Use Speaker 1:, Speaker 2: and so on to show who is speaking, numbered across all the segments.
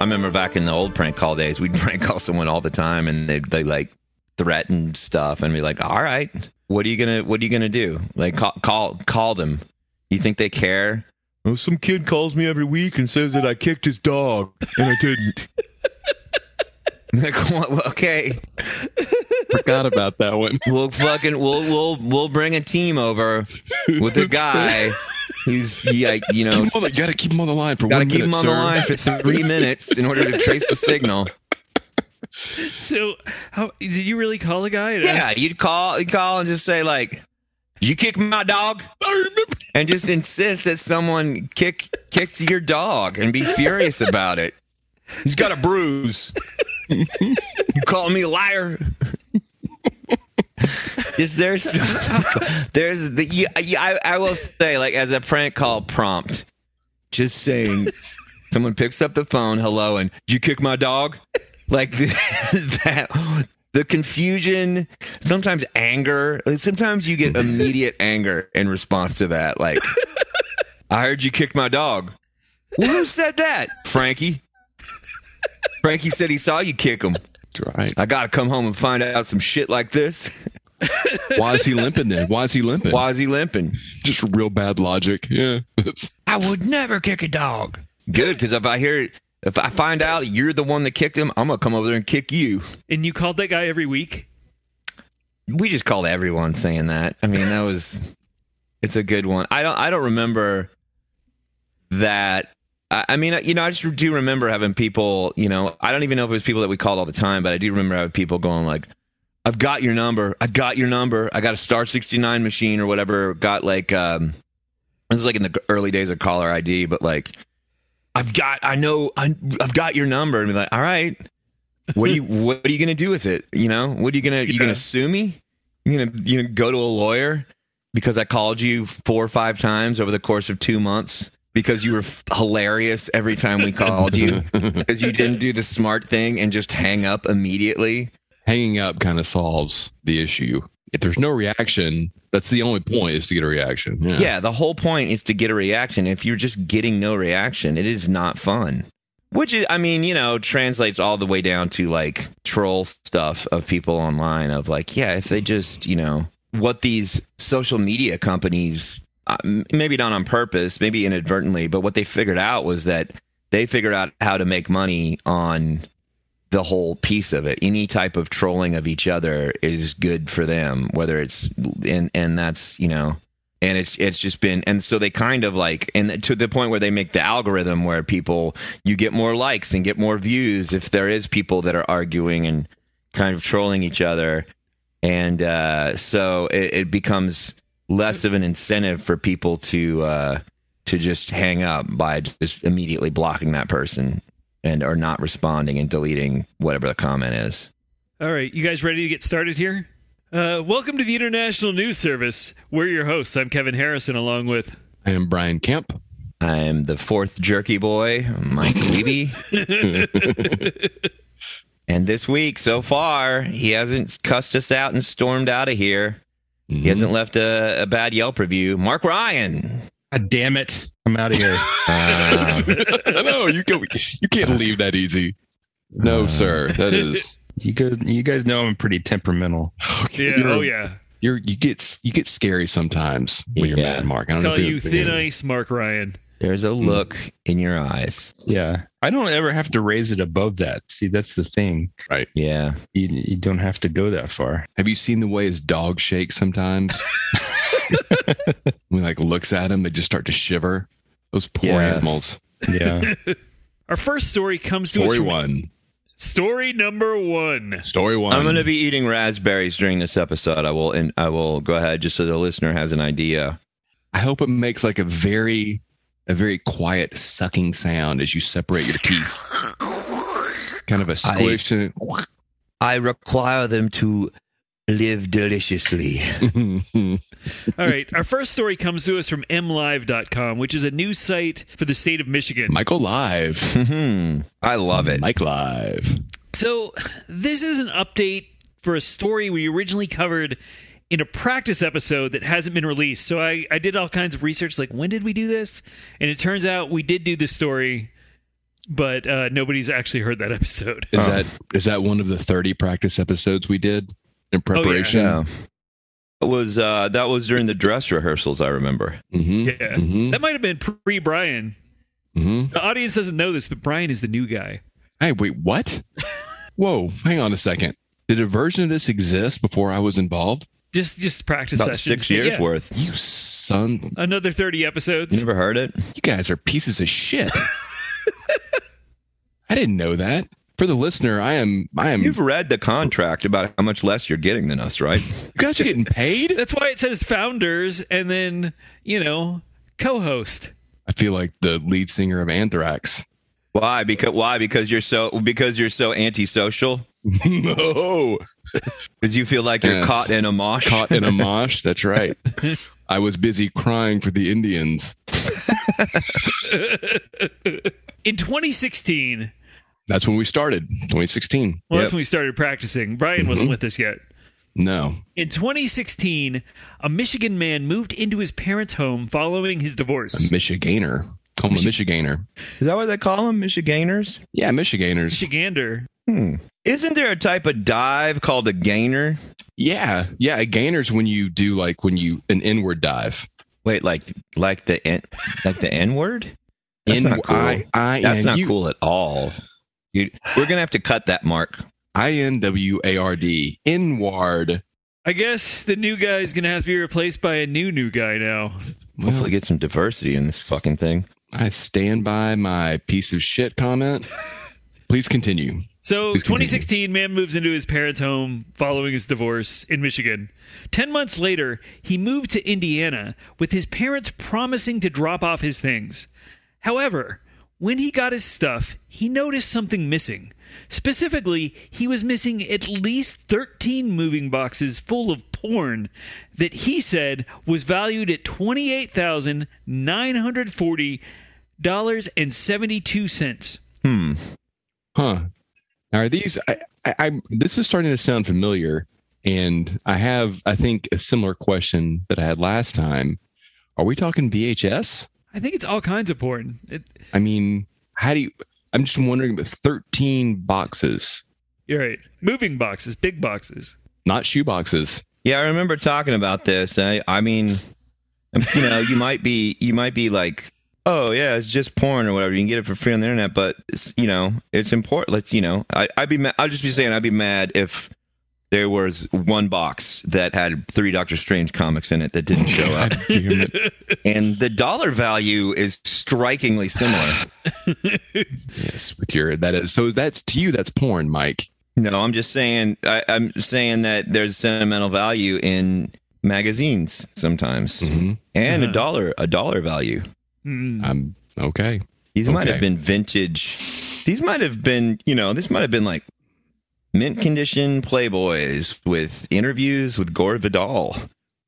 Speaker 1: I remember back in the old prank call days, we'd prank call someone all the time, and they they like threatened stuff, and be like, "All right, what are you gonna what are you gonna do? Like call call call them. You think they care? Oh, some kid calls me every week and says that I kicked his dog, and I didn't. like, what, well, okay,
Speaker 2: Forgot about that one.
Speaker 1: we'll fucking we'll we'll we'll bring a team over with a guy. who's like you know
Speaker 2: Well, you gotta keep him on the line for
Speaker 1: Gotta
Speaker 2: one
Speaker 1: keep
Speaker 2: minute,
Speaker 1: them on the
Speaker 2: sir.
Speaker 1: line for three minutes in order to trace the signal.
Speaker 3: So, how did you really call a guy? And
Speaker 1: Yeah,
Speaker 3: ask-
Speaker 1: you'd call, you'd call and just say like, "You kick my dog," and just insist that someone kick kicked your dog and be furious about it. He's got a bruise. you call me a liar. Is there's there's the you, you- I I will say like as a prank call prompt, just saying someone picks up the phone, hello, and "Did you kick my dog? Like the, that, the confusion, sometimes anger. like, sometimes you get immediate anger in response to that. Like, I heard you kicked my dog. Well, who said that? Frankie. Frankie said he saw you kick him.
Speaker 2: That's right.
Speaker 1: I gotta come home and find out some shit like this.
Speaker 2: Why is he limping then? Why is he limping?
Speaker 1: Why is he limping?
Speaker 2: Just real bad logic. Yeah. That's,
Speaker 1: I would never kick a dog. Good, because if I hear, if I find out you're the one that kicked him, I'm gonna come over there and kick you.
Speaker 3: and you called that guy every week?
Speaker 1: we just called everyone saying that. I mean, that was it's a good one. I don't I don't remember that. I, I mean, you know, I just do remember having people. You know, I don't even know if it was people that we called all the time, but I do remember having people going like, "I've got your number. I got your number. I got a star sixty nine machine or whatever." Got like um, this is like in the early days of caller ID, but like. I've got, I know, I, I've got your number, and be like, all right, what do you, what are you gonna do with it? You know, what are you gonna, you gonna
Speaker 3: Yeah.
Speaker 1: sue me? you know you know go to a lawyer because I called you four or five times over the course of two months because you were f- hilarious every time we called you because you didn't do the smart thing and just hang up immediately.
Speaker 2: hanging up kind of solves the issue. If there's no reaction, that's the only point is to get a reaction. Yeah.
Speaker 1: Yeah, the whole point is to get a reaction. If you're just getting no reaction, it is not fun. Which is, I mean, you know, translates all the way down to like troll stuff of people online of like, yeah, if they just, you know, what these social media companies, uh, m- maybe not on purpose, maybe inadvertently, but what they figured out was that they figured out how to make money on the whole piece of it. Any type of trolling of each other is good for them, whether it's, and, and that's, you know, and it's it's just been and so they kind of like and to the point where they make the algorithm where people you get more likes and get more views if there is people that are arguing and kind of trolling each other and uh, so it, it becomes less of an incentive for people to uh, to just hang up by just immediately blocking that person and or not responding and deleting whatever the comment is
Speaker 3: All right, you guys ready to get started here? Uh, welcome to the International News Service. We're your hosts. I'm Kevin Harrison, along with
Speaker 2: I am Brian Kemp.
Speaker 1: I'm the fourth jerky boy, Mike Levy. and this week, so far, he hasn't cussed us out and stormed out of here. He hasn't left a, a bad Yelp review. Mark Ryan.
Speaker 4: God damn it. I'm out of here.
Speaker 1: Uh,
Speaker 2: no, you can you can't leave that easy. No,
Speaker 1: Uh.
Speaker 2: sir. That is
Speaker 4: You guys you guys know I'm pretty temperamental.
Speaker 3: yeah,
Speaker 2: You're-
Speaker 3: oh yeah,
Speaker 2: you're you get you get scary sometimes when you're
Speaker 1: Yeah.
Speaker 2: mad, Mark. I don't
Speaker 3: call
Speaker 2: know if
Speaker 3: you thin ice, Mark Ryan.
Speaker 1: there's a look in your eyes.
Speaker 4: Yeah. I don't ever have to raise it above that. See, that's the thing.
Speaker 1: Yeah.
Speaker 4: You, you don't have to go that far.
Speaker 2: Have you seen the way his dog shakes sometimes? when he, like looks at him, they just start to shiver. Those poor
Speaker 1: Yeah.
Speaker 2: animals.
Speaker 4: Yeah.
Speaker 3: Our first story comes to us
Speaker 2: Story
Speaker 3: from
Speaker 2: one.
Speaker 3: Story number one.
Speaker 2: Story one.
Speaker 1: I'm going to be eating raspberries during this episode. I will, and I will go ahead just so the listener has an idea.
Speaker 2: I hope it makes like a very, a very quiet sucking sound as you separate your teeth. kind of a squish.
Speaker 1: I require them to live deliciously.
Speaker 2: and
Speaker 3: All right. Our first story comes to us from mlive.com, which is a news site for the state of Michigan.
Speaker 2: Michael live.
Speaker 1: Mhm. I love it.
Speaker 2: Mike live.
Speaker 3: So, this is an update for a story we originally covered in a practice episode that hasn't been released. So, I, I did all kinds of research like, when did we do this? And it turns out we did do this story, but uh, nobody's actually heard that episode.
Speaker 2: Is
Speaker 1: Oh.
Speaker 2: that is that one of the thirty practice episodes we did in preparation?
Speaker 1: Oh, Yeah. It was uh, that was during the dress rehearsals? I remember.
Speaker 2: Mm-hmm.
Speaker 3: Yeah.
Speaker 2: hmm
Speaker 3: That might have been pre Brian.
Speaker 2: hmm
Speaker 3: The audience doesn't know this, but Brian is the new guy.
Speaker 2: Hey, wait, what? Whoa, hang on a second. Did a version of this exist before I was involved?
Speaker 3: Just just practice
Speaker 1: About
Speaker 3: sessions.
Speaker 1: six
Speaker 3: but
Speaker 1: years
Speaker 3: yeah,
Speaker 1: worth.
Speaker 2: You son,
Speaker 3: Another 30 episodes.
Speaker 1: You never heard it?
Speaker 2: you guys are pieces of shit. I didn't know that. For the listener, I am, I am.
Speaker 1: You've
Speaker 2: You
Speaker 1: read the contract about how much less you're getting than us, right?
Speaker 2: guys are getting paid.
Speaker 3: That's why it says founders and then, you know, co host.
Speaker 2: I feel like the lead singer of Anthrax.
Speaker 1: Why? Because why? Because you're so because you're so antisocial.
Speaker 2: no,
Speaker 1: Because you feel like you're
Speaker 2: Yes.
Speaker 1: caught in a mosh.
Speaker 2: caught in a mosh. That's right. I was busy crying for the Indians.
Speaker 3: In 2016,
Speaker 2: That's when we started, 2016.
Speaker 3: well, that's
Speaker 1: Yep.
Speaker 3: when we started practicing. Brian wasn't with us yet.
Speaker 2: No,
Speaker 3: In 2016, a Michigan man moved into his parents' home following his divorce.
Speaker 2: Michiganer. Call him a Michiganer.
Speaker 1: Is that what they call them, Michiganers?
Speaker 2: Yeah, Michiganers.
Speaker 3: Michigander.
Speaker 1: Hmm. Isn't there a type of dive called a gainer?
Speaker 2: Yeah, yeah. A gainer's when you do like when you an inward dive.
Speaker 1: Wait, like like the N, like the N word? That's
Speaker 2: In-
Speaker 1: not cool.
Speaker 2: I, I
Speaker 1: That's
Speaker 2: N-
Speaker 1: not
Speaker 2: you-
Speaker 1: cool at all. You, we're gonna have to cut that, Mark.
Speaker 2: I N W A R D. Inward.
Speaker 3: I guess the new guy's going to have to be replaced by a new new guy now.
Speaker 1: Hopefully,
Speaker 2: Well,
Speaker 1: get some diversity in this fucking thing.
Speaker 2: I stand by my piece of shit comment. Please continue.
Speaker 3: So,
Speaker 2: Please continue.
Speaker 3: 2016, man moves into his parents' home following his divorce in Michigan. Ten months later, he moved to Indiana with his parents promising to drop off his things. However, when he got his stuff, he noticed something missing. Specifically, he was missing at least 13 moving boxes full of porn that he said was valued at $28,940.72.
Speaker 1: Hmm.
Speaker 2: Huh. Are these? I, I, I this is starting to sound familiar, and I have I think a similar question that I had last time. Are we talking VHS?
Speaker 3: I think it's all kinds of porn. It,
Speaker 2: I mean, how do you? I'm just wondering. But 13 boxes,
Speaker 3: You're right. Moving boxes, big boxes.
Speaker 2: not shoe boxes.
Speaker 1: Yeah, I remember talking about this. I, I mean, um, you know, you might be, you might be like, oh yeah, it's just porn or whatever. You can get it for free on the internet, but it's, you know, it's important. Let's, you know, I, I'd be, ma- I'll just be saying, I'd be mad if there was one box that had three Doctor Strange comics in it that didn't show up,
Speaker 2: Damn it.
Speaker 1: and the dollar value is strikingly similar.
Speaker 2: Yes, with your that is so that's to you that's porn, Mike.
Speaker 1: No, I'm just saying, I, I'm saying that there's sentimental value in magazines sometimes,
Speaker 2: Mhm.
Speaker 1: and a
Speaker 3: Uh-huh.
Speaker 1: dollar, a dollar value.
Speaker 3: Mm.
Speaker 2: I'm okay.
Speaker 1: These might
Speaker 2: Okay.
Speaker 1: have been vintage. These might have been, you know, this might have been like mint condition Playboys with interviews with Gore Vidal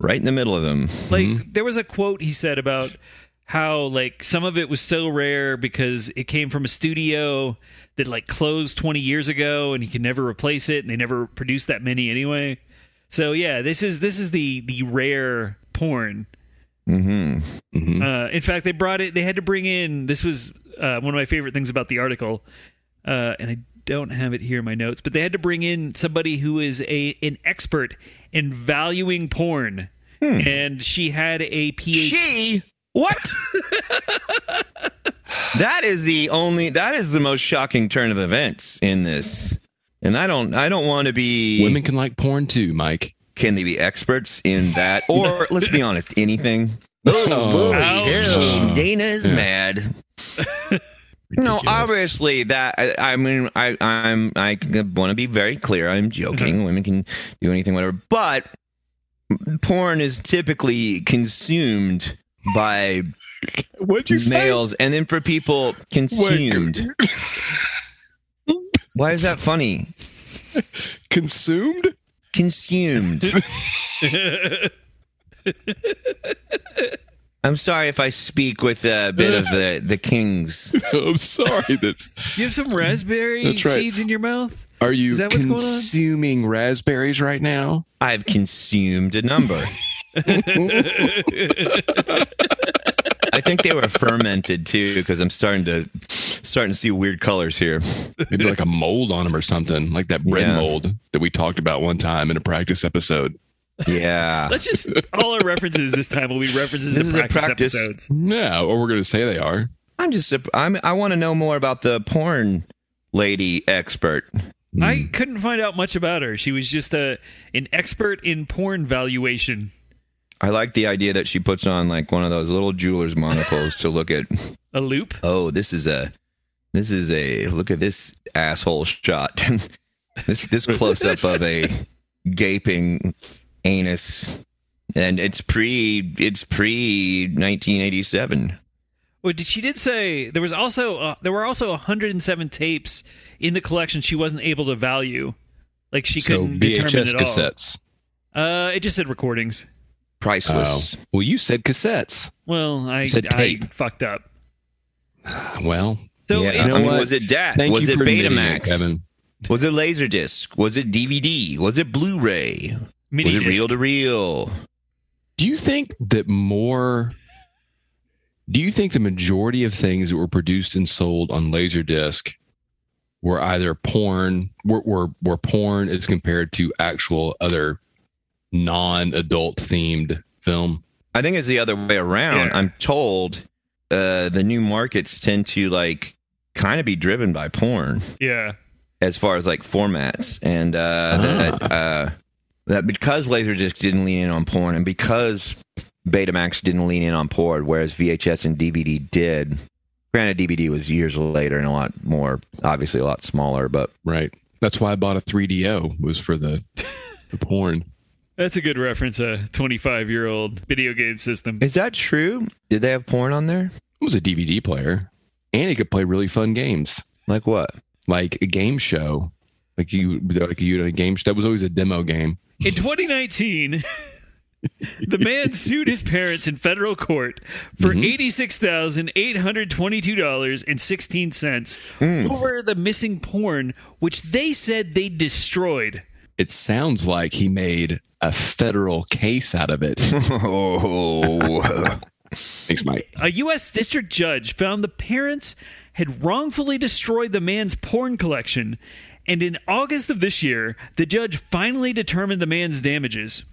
Speaker 1: right in the middle of them.
Speaker 3: Like there was a quote he said about how like some of it was so rare because it came from a studio that like closed 20 years ago and he could never replace it and they never produced that many anyway. So yeah, this is this is the the rare porn.
Speaker 1: hmm
Speaker 2: Mhm.
Speaker 3: Uh, in fact, they brought it. They had to bring in. This was uh, one of my favorite things about the article, uh, and I don't have it here in my notes. But they had to bring in somebody who is a an expert in valuing porn,
Speaker 1: Hmm.
Speaker 3: and she had a PhD.
Speaker 1: She what? that is the only. That is the most shocking turn of events in this. And I don't. I don't want to be.
Speaker 2: Women can like porn too, Mike.
Speaker 1: Can they be experts in that? Or let's be honest, anything.
Speaker 2: Oh,
Speaker 1: Dana's
Speaker 2: Yeah.
Speaker 1: mad. No,
Speaker 4: ridiculous.
Speaker 1: obviously that. I, I mean, I, I'm. I want to be very clear. I'm joking. Women can do anything, whatever. But porn is typically consumed by
Speaker 2: What'd you
Speaker 1: males, and then for people consumed. Why is that funny?
Speaker 2: say? Consumed?
Speaker 1: Consumed. I'm sorry if I speak with a bit of the the kings.
Speaker 2: I'm sorry. That's
Speaker 3: You have some raspberry
Speaker 2: That's right.
Speaker 3: seeds in your mouth?
Speaker 2: are you
Speaker 3: Is that what's going on?
Speaker 2: consuming raspberries right now?
Speaker 1: I've consumed a number. I think they were fermented too, because I'm starting to starting to see weird colors here.
Speaker 2: Maybe like a mold on them or something, like that bread
Speaker 1: Yeah.
Speaker 2: mold that we talked about one time in a practice episode.
Speaker 1: Yeah,
Speaker 3: Let's just all our references this time will be references
Speaker 1: This
Speaker 3: to
Speaker 1: is a
Speaker 3: practice,
Speaker 1: practice.
Speaker 3: episodes.
Speaker 2: No, or we're going to say they are.
Speaker 1: I'm just surp- I'm I want to know more about the porn lady expert.
Speaker 3: I couldn't find out much about her. She was just a an expert in porn valuation.
Speaker 1: I like the idea that she puts on like one of those little jeweler's monocles to look at.
Speaker 3: A loop?
Speaker 1: Oh, this is a this is a look at this asshole shot. this this close up of a gaping anus, and it's pre it's pre 1987.
Speaker 3: Well, did she did say there was also uh, there were also 107 tapes in the collection she wasn't able to value, like she
Speaker 4: so
Speaker 3: couldn't determine
Speaker 4: VHS
Speaker 3: at
Speaker 4: cassettes.
Speaker 3: all. Uh, it just said recordings.
Speaker 1: Priceless.
Speaker 2: Oh. Well, you said cassettes.
Speaker 3: Well, I
Speaker 2: It said
Speaker 3: I
Speaker 2: tape.
Speaker 3: fucked up.
Speaker 2: Well,
Speaker 3: So
Speaker 1: yeah,
Speaker 3: it-
Speaker 1: I
Speaker 2: You know
Speaker 1: mean,
Speaker 2: what?
Speaker 1: was it DAT?
Speaker 2: thank
Speaker 1: was
Speaker 2: you
Speaker 1: it
Speaker 2: for admitting
Speaker 1: Betamax?
Speaker 2: it, Kevin.
Speaker 1: Was it Laserdisc? Was it DVD? Was it Blu-ray?
Speaker 3: mini
Speaker 1: Was it
Speaker 3: disc.
Speaker 1: reel to reel?
Speaker 2: Do you think that more? Do you think the majority of things that were produced and sold on Laserdisc were either porn, were were, were porn as compared to actual other non-adult themed film?
Speaker 1: I think it's the other way around.
Speaker 3: Yeah.
Speaker 1: I'm told uh, the new markets tend to like kind of be driven by porn
Speaker 3: Yeah.
Speaker 1: as far as like formats and uh, that uh, that because Laserdisc didn't lean in on porn and because Betamax didn't lean in on porn, whereas VHS and DVD did. Granted, DVD was years later and a lot more, obviously a lot smaller, but
Speaker 2: Right. That's why I bought a 3DO was for the the porn.
Speaker 3: That's a good reference. A 25 year old video game system.
Speaker 1: is that true? Did they have porn on there?
Speaker 2: It was a DVD player, and it could play really fun games.
Speaker 1: Like what?
Speaker 2: like a game show. Like you, like you in a game. sh- That was always a demo game.
Speaker 3: In 2019, the man sued his parents in federal court for $86,822.16 over the missing porn, which they said they destroyed.
Speaker 2: It sounds like he made a federal case out of it.
Speaker 1: Oh,
Speaker 2: Thanks, Mike.
Speaker 3: A U.S. district judge found the parents had wrongfully destroyed the man's porn collection, and in August of this year, the judge finally determined the man's damages.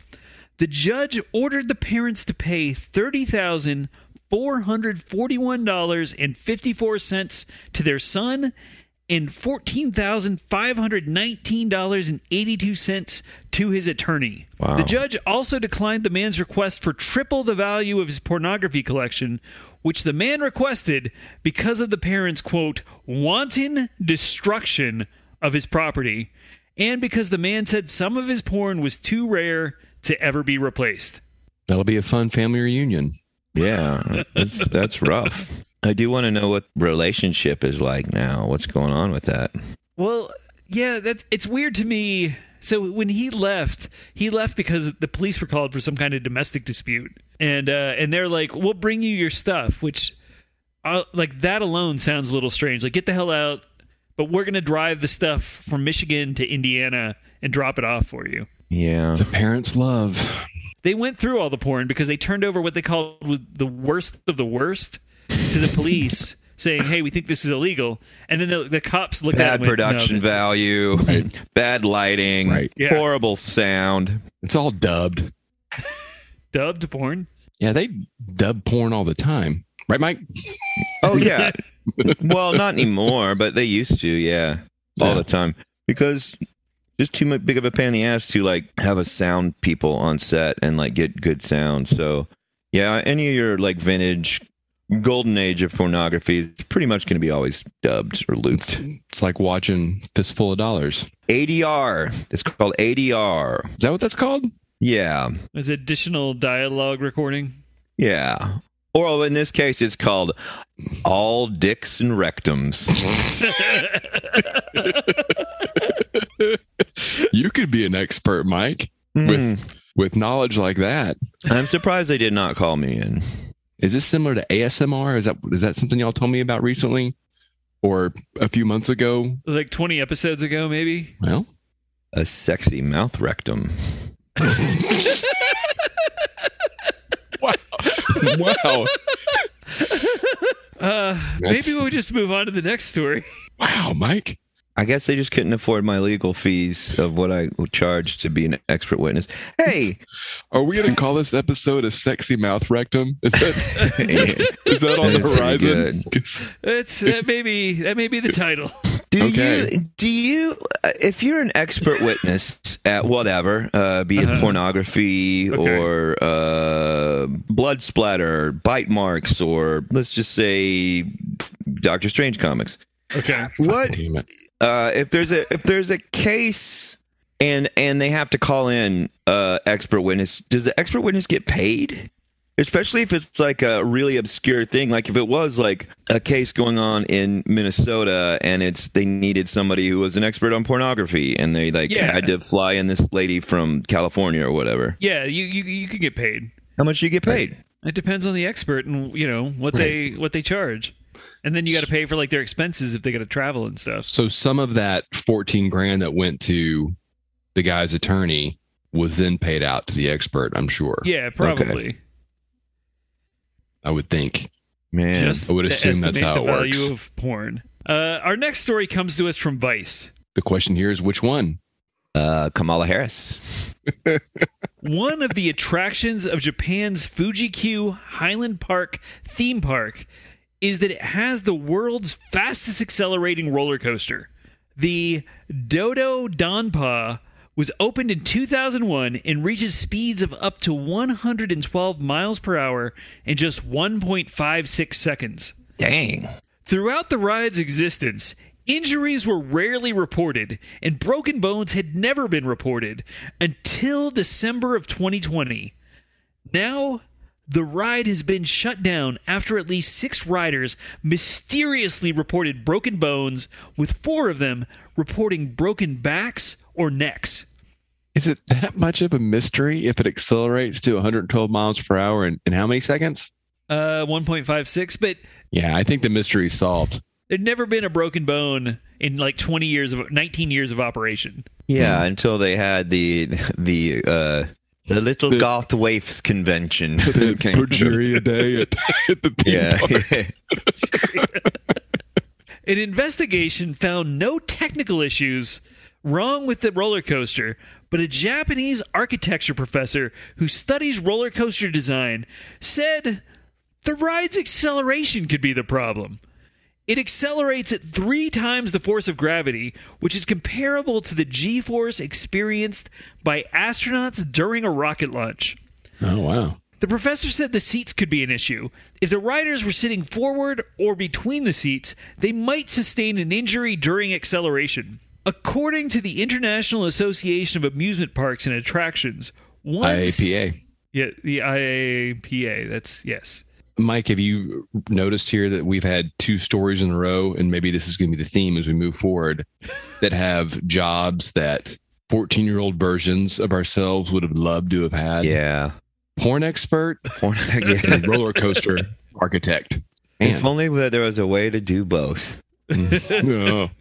Speaker 3: The judge ordered the parents to pay thirty thousand four hundred forty-one dollars and fifty-four cents to their son, and fourteen thousand five hundred nineteen dollars and eighty-two cents to his attorney.
Speaker 1: Wow.
Speaker 3: The judge also declined the man's request for triple the value of his pornography collection, which the man requested because of the parents' quote wanton destruction of his property, and because the man said some of his porn was too rare to ever be replaced.
Speaker 2: That'll be a fun family reunion.
Speaker 1: yeah, that's that's rough. I do want to know what relationship is like now. What's going on with that?
Speaker 3: Well, yeah, that it's weird to me. So when he left, he left because the police were called for some kind of domestic dispute, and uh, and they're like, "We'll bring you your stuff," which, uh, like that alone sounds a little strange. Like, get the hell out! But we're gonna drive the stuff from Michigan to Indiana and drop it off for you.
Speaker 1: Yeah,
Speaker 2: It's a parent's love.
Speaker 3: They went through all the porn because they turned over what they called was the worst of the worst to the police, saying, "Hey, we think this is illegal." And then the, the cops looked at it
Speaker 1: bad
Speaker 3: and went, "No,
Speaker 1: production
Speaker 3: this-
Speaker 1: value,
Speaker 2: Right.
Speaker 1: bad lighting,
Speaker 2: Right.
Speaker 3: Yeah.
Speaker 1: horrible sound.
Speaker 2: It's all dubbed.
Speaker 3: dubbed porn."
Speaker 2: Yeah, they dub porn all the time, right, Mike?
Speaker 1: Oh yeah. well, not anymore, but they used to. Yeah, all
Speaker 2: Yeah.
Speaker 1: the time because just too mu big of a pain in the ass to like have a sound people on set and like get good sound. So yeah, any of your like vintage golden age of pornography is pretty much going to be always dubbed or looped.
Speaker 2: It's like watching Fistful of Dollars.
Speaker 1: ADR. It's called ADR.
Speaker 2: Is that what that's called?
Speaker 1: Yeah.
Speaker 3: Is additional dialogue recording?
Speaker 1: Yeah. Or oh, in this case, it's called All Dicks and Rectums.
Speaker 2: You could be an expert, Mike,
Speaker 1: Hmm.
Speaker 2: with knowledge like that.
Speaker 1: I'm surprised they did not call me in.
Speaker 2: Is this similar to ASMR? Is that is that something y'all told me about recently, or a few months ago?
Speaker 3: like 20 episodes ago, maybe?
Speaker 2: Well,
Speaker 1: A sexy mouth rectum.
Speaker 2: wow, wow,
Speaker 3: Uh,
Speaker 2: That's-
Speaker 3: maybe we'll just move on to the next story.
Speaker 2: wow, Mike.
Speaker 1: I guess they just couldn't afford my legal fees of what I charged to be an expert witness. Hey,
Speaker 2: Are we gonna call this episode a sexy mouth rectum? Is that is that on
Speaker 1: That
Speaker 2: the
Speaker 1: is pretty
Speaker 2: horizon?
Speaker 3: It's that may be that may be the title.
Speaker 1: do
Speaker 2: Okay.
Speaker 1: you do you uh, if you're an expert witness at whatever, uh, be it
Speaker 3: Uh-huh.
Speaker 1: pornography
Speaker 3: Okay.
Speaker 1: or uh, blood splatter, bite marks, or let's just say Doctor Strange comics.
Speaker 3: Okay.
Speaker 1: What
Speaker 2: Damn it.
Speaker 1: uh, if there's a if there's a case and and they have to call in uh expert witness does the expert witness get paid especially if it's like a really obscure thing like if it was like a case going on in Minnesota and it's they needed somebody who was an expert on pornography and they like
Speaker 3: Yeah.
Speaker 1: had to fly in this lady from California or whatever
Speaker 3: Yeah, you you you can get paid.
Speaker 1: how much do you get paid
Speaker 3: It depends on the expert and you know what they what they charge. And then you got to pay for like their expenses if they got to travel and stuff.
Speaker 2: So some of that fourteen grand that went to the guy's attorney was then paid out to the expert. I'm sure.
Speaker 3: Yeah, probably.
Speaker 2: I would think.
Speaker 1: man
Speaker 3: Just
Speaker 2: I would
Speaker 3: to
Speaker 2: assume that's
Speaker 3: estimate
Speaker 2: how
Speaker 3: the
Speaker 2: it
Speaker 3: value
Speaker 2: works.
Speaker 3: of porn. Uh, our next story comes to us from Vice.
Speaker 2: The question here is which one?
Speaker 1: uh Kamala Harris
Speaker 3: One of the attractions of Japan's Fuji-Q Highland Park theme park is that it has the world's fastest accelerating roller coaster. The Dodo Danpa was opened in 2001 and reaches speeds of up to 112 miles per hour in just 1.56 seconds.
Speaker 1: dang
Speaker 3: Throughout the ride's existence, injuries were rarely reported and broken bones had never been reported until December of 2020. Now, the ride has been shut down after at least six riders mysteriously reported broken bones, with four of them reporting broken backs or necks.
Speaker 2: Is it that much of a mystery if it accelerates to 112 miles per hour in, in how many seconds?
Speaker 3: Uh, 1.56, but
Speaker 2: Yeah, I think the mystery is solved.
Speaker 3: there'd never been a broken bone in like 20 years of 19 years of operation.
Speaker 1: Yeah, until they had the the uh the little
Speaker 2: The-
Speaker 1: goth waifs convention. Came-
Speaker 2: Perjury a day at, at the theme
Speaker 1: yeah.
Speaker 2: park.
Speaker 3: An investigation found no technical issues wrong with the roller coaster, but a Japanese architecture professor who studies roller coaster design said the ride's acceleration could be the problem. It accelerates at three times the force of gravity, which is comparable to the g force experienced by astronauts during a rocket launch.
Speaker 2: Oh, wow.
Speaker 3: The professor said the seats could be an issue. If the riders were sitting forward or between the seats, they might sustain an injury during acceleration. According to the International Association of Amusement Parks and Attractions, once
Speaker 2: IAPA.
Speaker 3: Yeah, the IAPA, that's yes.
Speaker 2: Mike, have you noticed here that we've had two stories in a row, and maybe this is going to be the theme as we move forward, that have jobs that 14 year old versions of ourselves would have loved to have had?
Speaker 1: yeah.
Speaker 2: Porn expert
Speaker 1: Porn- yeah.
Speaker 2: and roller coaster architect.
Speaker 1: If
Speaker 2: Man.
Speaker 1: only there was a way to do both.
Speaker 2: Oh.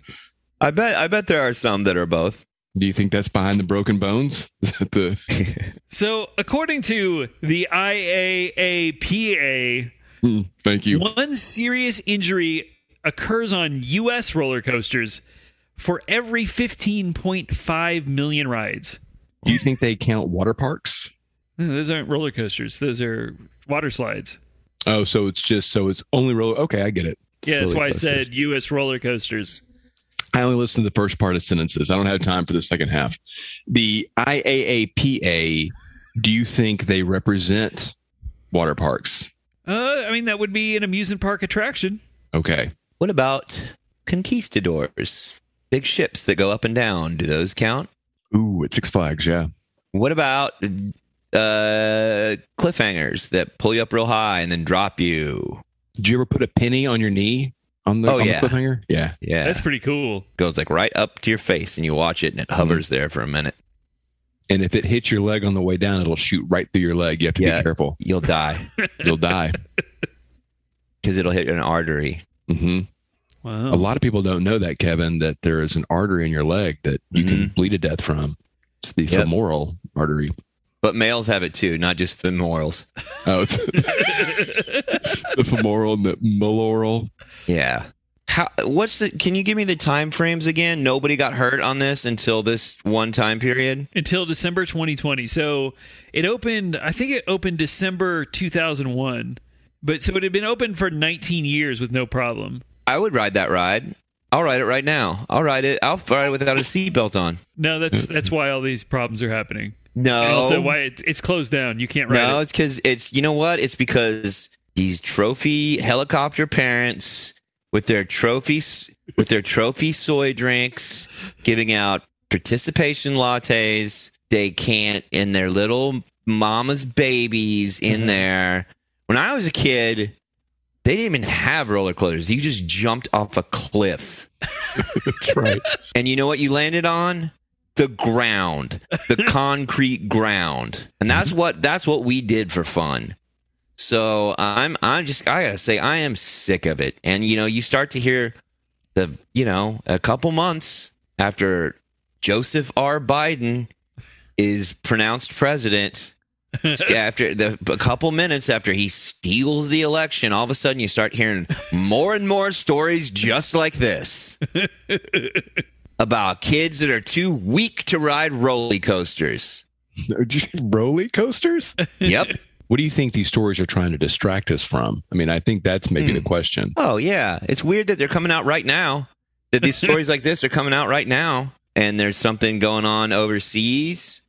Speaker 1: I bet I bet there are some that are both.
Speaker 2: Do you think that's behind the broken bones? Is that the
Speaker 3: So, according to the IAAPA,
Speaker 2: Hmm, thank you?
Speaker 3: One serious injury occurs on U.S. roller coasters for every 15.5 million rides.
Speaker 2: Do you think they count water parks?
Speaker 3: No, Those aren't roller coasters; those are water slides.
Speaker 2: Oh, so it's just so it's only roller. Okay, I get it.
Speaker 3: Yeah, that's
Speaker 2: Roller
Speaker 3: why I
Speaker 2: coasters.
Speaker 3: said U.S. roller coasters.
Speaker 2: I only listen to the first part of sentences. I don't have time for the second half. The IAAPA. Do you think they represent water parks?
Speaker 3: Uh, I mean, that would be an amusement park attraction.
Speaker 2: Okay.
Speaker 1: What about conquistadors? Big ships that go up and down. Do those count?
Speaker 2: Ooh, at Six Flags, yeah.
Speaker 1: What about uh, cliffhangers that pull you up real high and then drop you?
Speaker 2: Did you ever put a penny on your knee on the,
Speaker 1: Oh,
Speaker 2: on
Speaker 1: yeah.
Speaker 2: the cliffhanger? Yeah.
Speaker 1: Yeah,
Speaker 3: That's pretty cool.
Speaker 1: goes like right up to your face, and you watch it, and it hovers there for a minute.
Speaker 2: And if it hits your leg on the way down, it'll shoot right through your leg. You have to
Speaker 1: Yeah.
Speaker 2: be careful.
Speaker 1: You'll die
Speaker 2: You'll die.
Speaker 1: because it'll hit an artery.
Speaker 2: hmm
Speaker 3: Wow.
Speaker 2: A lot of people don't know that, Kevin, that there is an artery in your leg that you can bleed to death from. It's the
Speaker 1: Mm-hmm. Yep.
Speaker 2: femoral artery.
Speaker 1: But males have it too, not just femorals.
Speaker 2: Oh, it's the femoral and the maloral.
Speaker 1: Yeah. How? What's the? Can you give me the time frames again? Nobody got hurt on this until this one time period.
Speaker 3: Until December 2020. So it opened, I think it opened December 2001. But so it had been open for 19 years with no problem.
Speaker 1: I would ride that ride. I'll ride it right now. I'll ride it. I'll ride it without a seatbelt on.
Speaker 3: No, that's that's why all these problems are happening.
Speaker 1: No.
Speaker 3: And also why it, it's closed down. You can't ride
Speaker 1: no,
Speaker 3: it.
Speaker 1: it's because it's you know what? It's because these trophy helicopter parents with their trophies with their trophy soy drinks giving out participation lattes. They can't in their little mama's babies
Speaker 3: Mm-hmm.
Speaker 1: in there. When I was a kid, they didn't even have roller coasters. You just jumped off a cliff.
Speaker 2: That's right.
Speaker 1: And you know what you landed on? The ground, the concrete ground. And that's what that's what we did for fun. So I'm I'm just I gotta say I am sick of it. And you know you start to hear the you know a couple months after Joseph R. Biden is pronounced president. after the a couple minutes after he steals the election, all of a sudden you start hearing more and more stories just like this about kids that are too weak to ride roller coasters.
Speaker 2: Did you say roller coasters?
Speaker 1: Yep.
Speaker 2: What do you think these stories are trying to distract us from? I mean, I think that's maybe
Speaker 1: Hmm.
Speaker 2: the question.
Speaker 1: oh yeah, it's weird that they're coming out right now. That these stories like this are coming out right now, and there's something going on overseas.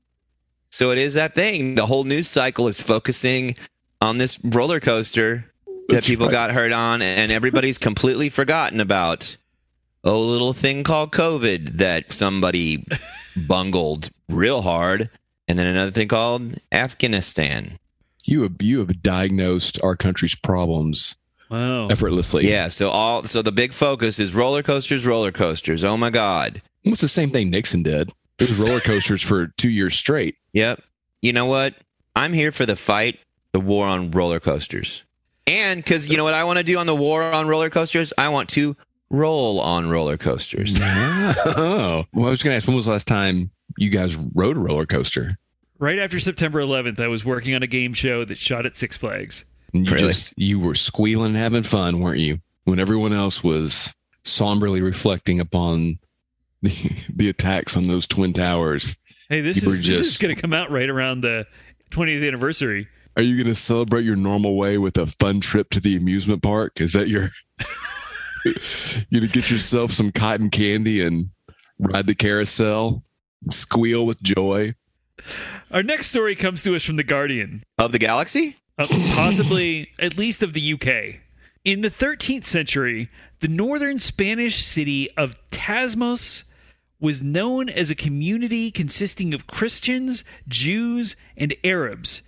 Speaker 1: So it is that thing. The whole news cycle is focusing on this roller coaster that
Speaker 2: That's
Speaker 1: people
Speaker 2: right.
Speaker 1: got hurt on, and everybody's completely forgotten about. Oh, little thing called COVID that somebody bungled real hard, and then another thing called Afghanistan.
Speaker 2: You have you have diagnosed our country's problems
Speaker 3: Wow.
Speaker 2: effortlessly.
Speaker 1: Yeah, so all so the big focus is roller coasters, roller coasters. Oh my god.
Speaker 2: Well, it's the same thing Nixon did. It was roller coasters for two years straight.
Speaker 1: Yep. You know what? I'm here for the fight, the war on roller coasters. And cuz you know what I want to do on the war on roller coasters? I want to roll on roller coasters.
Speaker 2: Oh. Well, I was going to ask, when was the last time you guys rode a roller coaster?
Speaker 3: Right after September 11th, I was working on a game show that shot at Six Flags.
Speaker 2: And you
Speaker 1: Really?
Speaker 2: just you were squealing and having fun, weren't you? When everyone else was somberly reflecting upon the, the attacks on those twin towers.
Speaker 3: Hey, this
Speaker 2: You were
Speaker 3: is this is
Speaker 2: just-
Speaker 3: going to come out right around the 20th anniversary.
Speaker 2: Are you going to celebrate your normal way with a fun trip to the amusement park? Is that your you to get yourself some cotton candy and ride the carousel, squeal with joy?
Speaker 3: Our next story comes to us from The Guardian,
Speaker 1: of the galaxy?
Speaker 3: uh, possibly at least of the UK. In the 13th century, the northern Spanish city of Tasmos was known as a community consisting of Christians, Jews, and Arabs.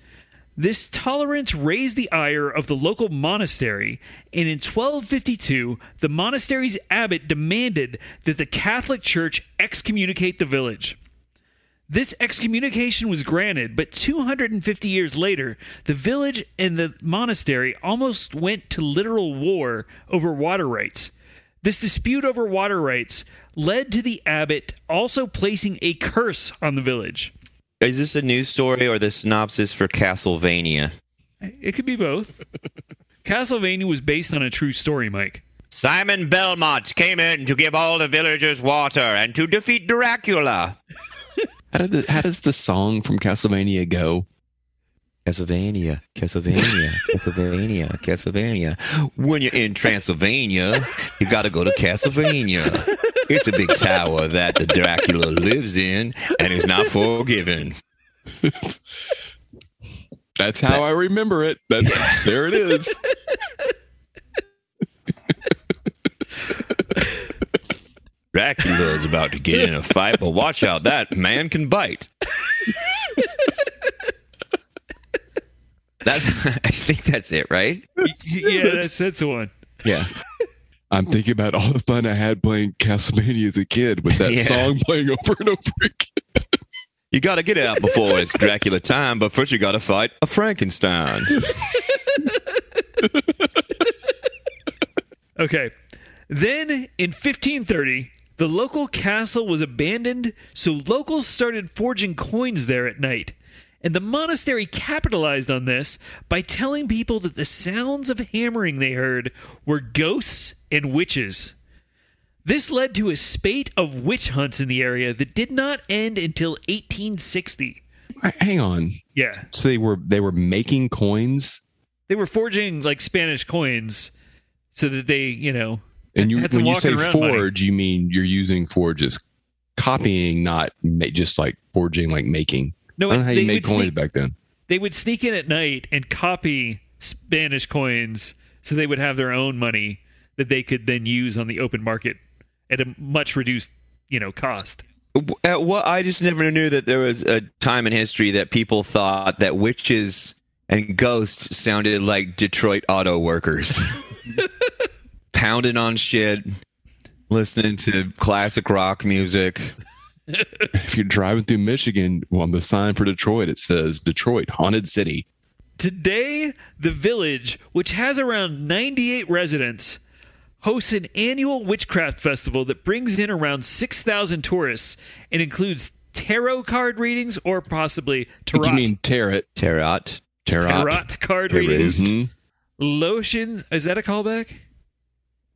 Speaker 3: This tolerance raised the ire of the local monastery, and in 1252, the monastery's abbot demanded that the Catholic Church excommunicate the village. This excommunication was granted, but 250 years later, the village and the monastery almost went to literal war over water rights. This dispute over water rights led to the abbot also placing a curse on the village.
Speaker 1: Is this a news story or the synopsis for Castlevania?
Speaker 3: It could be both. Castlevania was based on a true story, Mike.
Speaker 1: Simon Belmont came in to give all the villagers water and to defeat Dracula.
Speaker 2: How did the, how does the song from Castlevania go?
Speaker 1: Castlevania, Castlevania, Castlevania, Castlevania. When you're in Transylvania, you gotta go to Castlevania. It's a big tower that the Dracula lives in and is not forgiven.
Speaker 2: That's how I remember it. That's there it is.
Speaker 1: Dracula is about to get in a fight, but watch out, that man can bite. That's I think that's it, right?
Speaker 3: yeah, that's that's the one.
Speaker 2: Yeah. I'm thinking about all the fun I had playing Castlevania as a kid with that
Speaker 1: Yeah.
Speaker 2: song playing over and over again.
Speaker 1: You gotta get out before it's Dracula time, but first you gotta fight a Frankenstein.
Speaker 3: Okay. Then in 1530, the local castle was abandoned, so locals started forging coins there at night. And the monastery capitalized on this by telling people that the sounds of hammering they heard were ghosts and witches. This led to a spate of witch hunts in the area that did not end until 1860.
Speaker 2: H- Hang on.
Speaker 3: Yeah.
Speaker 2: So they were they were making coins
Speaker 3: They were forging like Spanish coins so that they, you know,
Speaker 2: and you
Speaker 3: Had some
Speaker 2: when you
Speaker 3: walking
Speaker 2: say
Speaker 3: around
Speaker 2: forge,
Speaker 3: money.
Speaker 2: you mean you're using forge as copying, not ma- just like forging like making.
Speaker 3: no,
Speaker 2: I don't know how
Speaker 3: they
Speaker 2: you made
Speaker 3: would
Speaker 2: coins
Speaker 3: sneak-
Speaker 2: back then.
Speaker 3: they would sneak in at night and copy Spanish coins so they would have their own money that they could then use on the open market at a much reduced, you know, cost.
Speaker 1: At what uh, I just never knew that there was a time in history that people thought that witches and ghosts sounded like Detroit auto workers. Pounding on shit, listening to classic rock music.
Speaker 2: If you're driving through Michigan, well, on the sign for Detroit, it says Detroit Haunted City.
Speaker 3: Today, the village, which has around 98 residents, hosts an annual witchcraft festival that brings in around 6,000 tourists and includes tarot card readings or possibly
Speaker 2: What do
Speaker 3: tarot,
Speaker 2: You mean tarot?
Speaker 1: Tarot.
Speaker 2: Tarot.
Speaker 3: tarot card readings.
Speaker 2: Mhm.
Speaker 3: Lotions, is that a callback?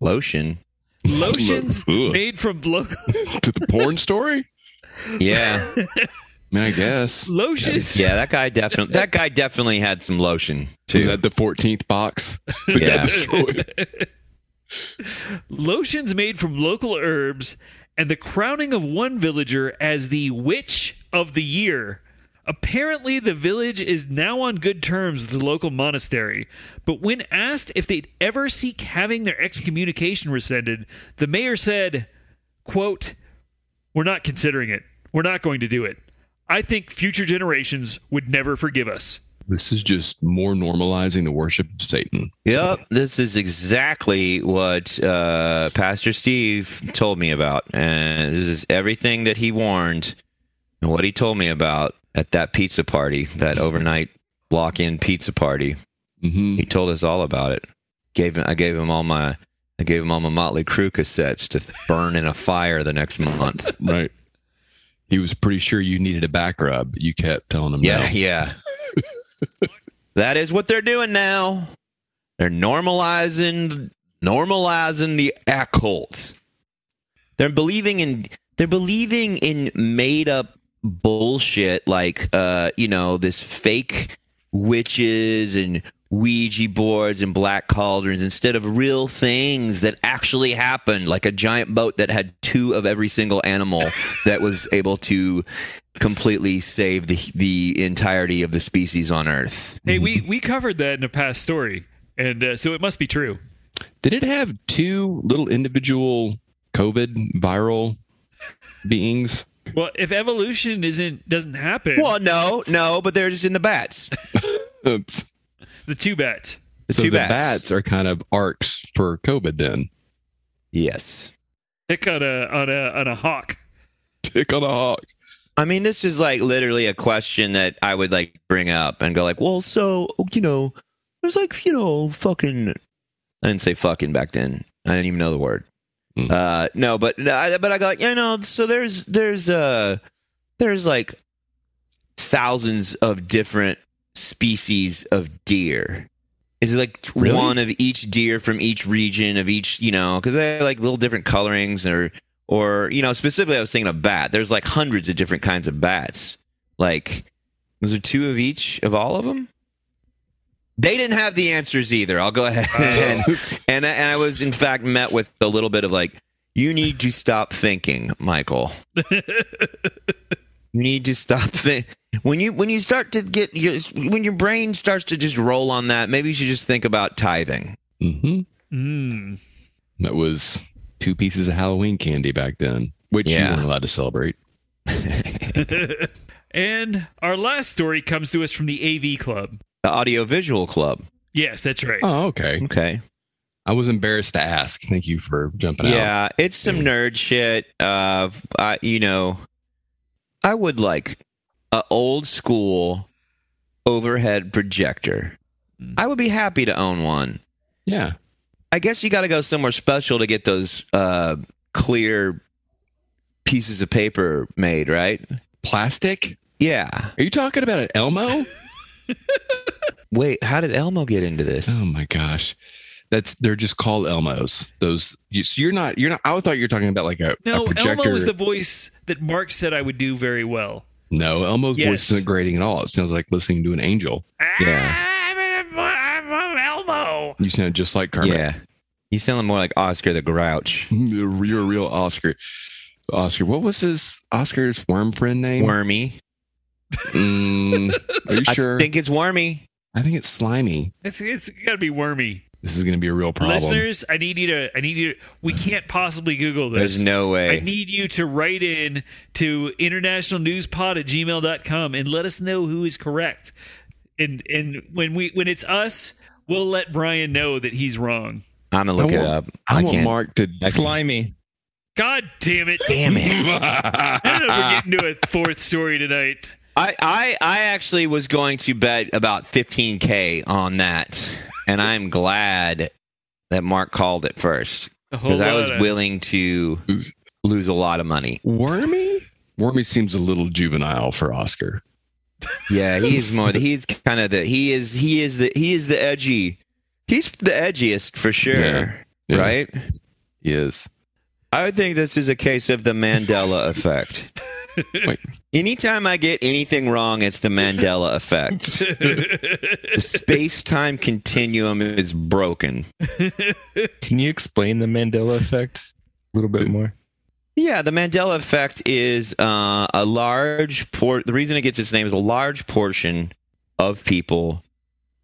Speaker 1: Lotion.
Speaker 3: Lotions
Speaker 2: Ugh.
Speaker 3: made from local
Speaker 2: to the porn story?
Speaker 1: Yeah.
Speaker 2: I mean, I guess.
Speaker 3: lotions.
Speaker 1: Yeah, that guy definitely that guy definitely had some lotion too.
Speaker 2: Is that the 14th box? that
Speaker 1: Yeah.
Speaker 2: got destroyed?
Speaker 3: Lotions made from local herbs and the crowning of one villager as the witch of the year. Apparently, the village is now on good terms with the local monastery, but when asked if they'd ever seek having their excommunication rescinded, the mayor said, quote, We're not considering it. We're not going to do it. I think future generations would never forgive us.
Speaker 2: This is just more normalizing the worship of Satan.
Speaker 1: Yep, this is exactly what uh, Pastor Steve told me about, and this is everything that he warned and what he told me about at that pizza party, that overnight lock-in pizza party.
Speaker 2: hmm
Speaker 1: He told us all about it. Gave him, I gave him all my, I gave him all my Motley Crue cassettes to burn in a fire the next month.
Speaker 2: Right. He was pretty sure you needed a back rub. but You kept telling him
Speaker 1: Yeah,
Speaker 2: no.
Speaker 1: yeah. that is what they're doing now. They're normalizing normalizing the occult. They're believing in they're believing in made up bullshit like uh you know this fake witches and Ouija boards and black cauldrons instead of real things that actually happened, like a giant boat that had two of every single animal that was able to completely save the the entirety of the species on Earth.
Speaker 3: Hey, we, we covered that in a past story, and uh, so it must be true.
Speaker 2: Did it have two little individual COVID viral beings?
Speaker 3: Well, if evolution isn't doesn't happen,
Speaker 1: Well, no, no, but they're just in the bats.
Speaker 2: Oops.
Speaker 3: the two bats.
Speaker 1: The
Speaker 2: so
Speaker 1: two
Speaker 2: the
Speaker 1: bats.
Speaker 2: bats are kind of arcs for COVID then.
Speaker 1: Yes.
Speaker 3: Pick on a on a on a hawk.
Speaker 2: Tick on a hawk.
Speaker 1: I mean, this is like literally a question that I would like bring up and go like, well, so you know, there's like you know, fucking. I didn't say fucking back then. I didn't even know the word.
Speaker 2: Mm.
Speaker 1: Uh, no, but no, I, but I go like, you know, so there's there's uh there's like thousands of different species of deer. Is it like t-
Speaker 2: Really?
Speaker 1: one of each deer from each region of each, you know, because they have like little different colorings or, or, you know, specifically I was thinking of bat. There's like hundreds of different kinds of bats. Like, was there two of each of all of them? They didn't have the answers either. I'll go ahead and, and, I, and I was in fact met with a little bit of like, you need to stop thinking, Michael. You need to stop thinking. When you when you start to get your, when your brain starts to just roll on that, maybe you should just think about tithing.
Speaker 2: hmm
Speaker 3: Mm.
Speaker 2: That was two pieces of Halloween candy back then, which
Speaker 1: Yeah.
Speaker 2: you weren't allowed to celebrate.
Speaker 3: And our last story comes to us from the AV Club.
Speaker 1: The audiovisual club.
Speaker 3: Yes, that's right.
Speaker 2: Oh, okay.
Speaker 1: Okay.
Speaker 2: I was embarrassed to ask. Thank you for jumping out.
Speaker 1: Yeah, it's some nerd shit. Uh, I, you know, I would like a old school overhead projector. I would be happy to own one.
Speaker 2: Yeah.
Speaker 1: I guess you got to go somewhere special to get those uh, clear pieces of paper made, right?
Speaker 2: Plastic?
Speaker 1: Yeah.
Speaker 2: Are you talking about an Elmo?
Speaker 1: Wait, how did Elmo get into this?
Speaker 2: Oh my gosh. That's they're just called Elmos. Those you, so you're not you're not I thought you were talking about like a,
Speaker 3: no,
Speaker 2: a projector.
Speaker 3: Elmo was the voice that Mark said I would do very well.
Speaker 2: no, Elmo's
Speaker 3: Yes.
Speaker 2: voice isn't grating at all. It sounds like listening to an angel.
Speaker 3: I'm, Ah, Elmo.
Speaker 2: You sound just like Kermit.
Speaker 1: yeah. You sound more like Oscar the Grouch.
Speaker 2: You're you're a real Oscar. Oscar, what was his Oscar's worm friend name?
Speaker 1: Wormy.
Speaker 2: Mm, are you sure?
Speaker 1: I think it's Wormy.
Speaker 2: I think it's slimy.
Speaker 3: It's, it's got to be wormy.
Speaker 2: This is going to be a real problem.
Speaker 3: Listeners, I need you to. I need you. To, we can't possibly Google this.
Speaker 1: There's no way.
Speaker 3: I need you to write in to internationalnewspod at gmail.com and let us know who is correct. And and when we when it's us, we'll let Brian know that he's wrong.
Speaker 1: I'm gonna look
Speaker 2: I
Speaker 1: it
Speaker 2: want-
Speaker 1: up.
Speaker 2: I,
Speaker 1: I
Speaker 2: want
Speaker 1: can't.
Speaker 2: Mark to.
Speaker 4: Slimy.
Speaker 3: God damn it.
Speaker 1: Damn it.
Speaker 3: I don't know if we're getting to a fourth story tonight.
Speaker 1: I, I I actually was going to bet about 15k on that, and I'm glad that Mark called it first because I was willing to lose a lot of money.
Speaker 2: Wormy? Wormy seems a little juvenile for Oscar.
Speaker 1: Yeah, he's more. He's kind of the. He is. He is the. He is the edgy. He's the edgiest for sure.
Speaker 2: Yeah. Yeah.
Speaker 1: Right.
Speaker 2: He is.
Speaker 1: I would think this is a case of the Mandela effect.
Speaker 2: Wait.
Speaker 1: Anytime I get anything wrong, it's the Mandela effect. the space time continuum is broken.
Speaker 4: Can you explain the Mandela effect a little bit more?
Speaker 1: Yeah, the Mandela effect is uh, a large port. The reason it gets its name is a large portion of people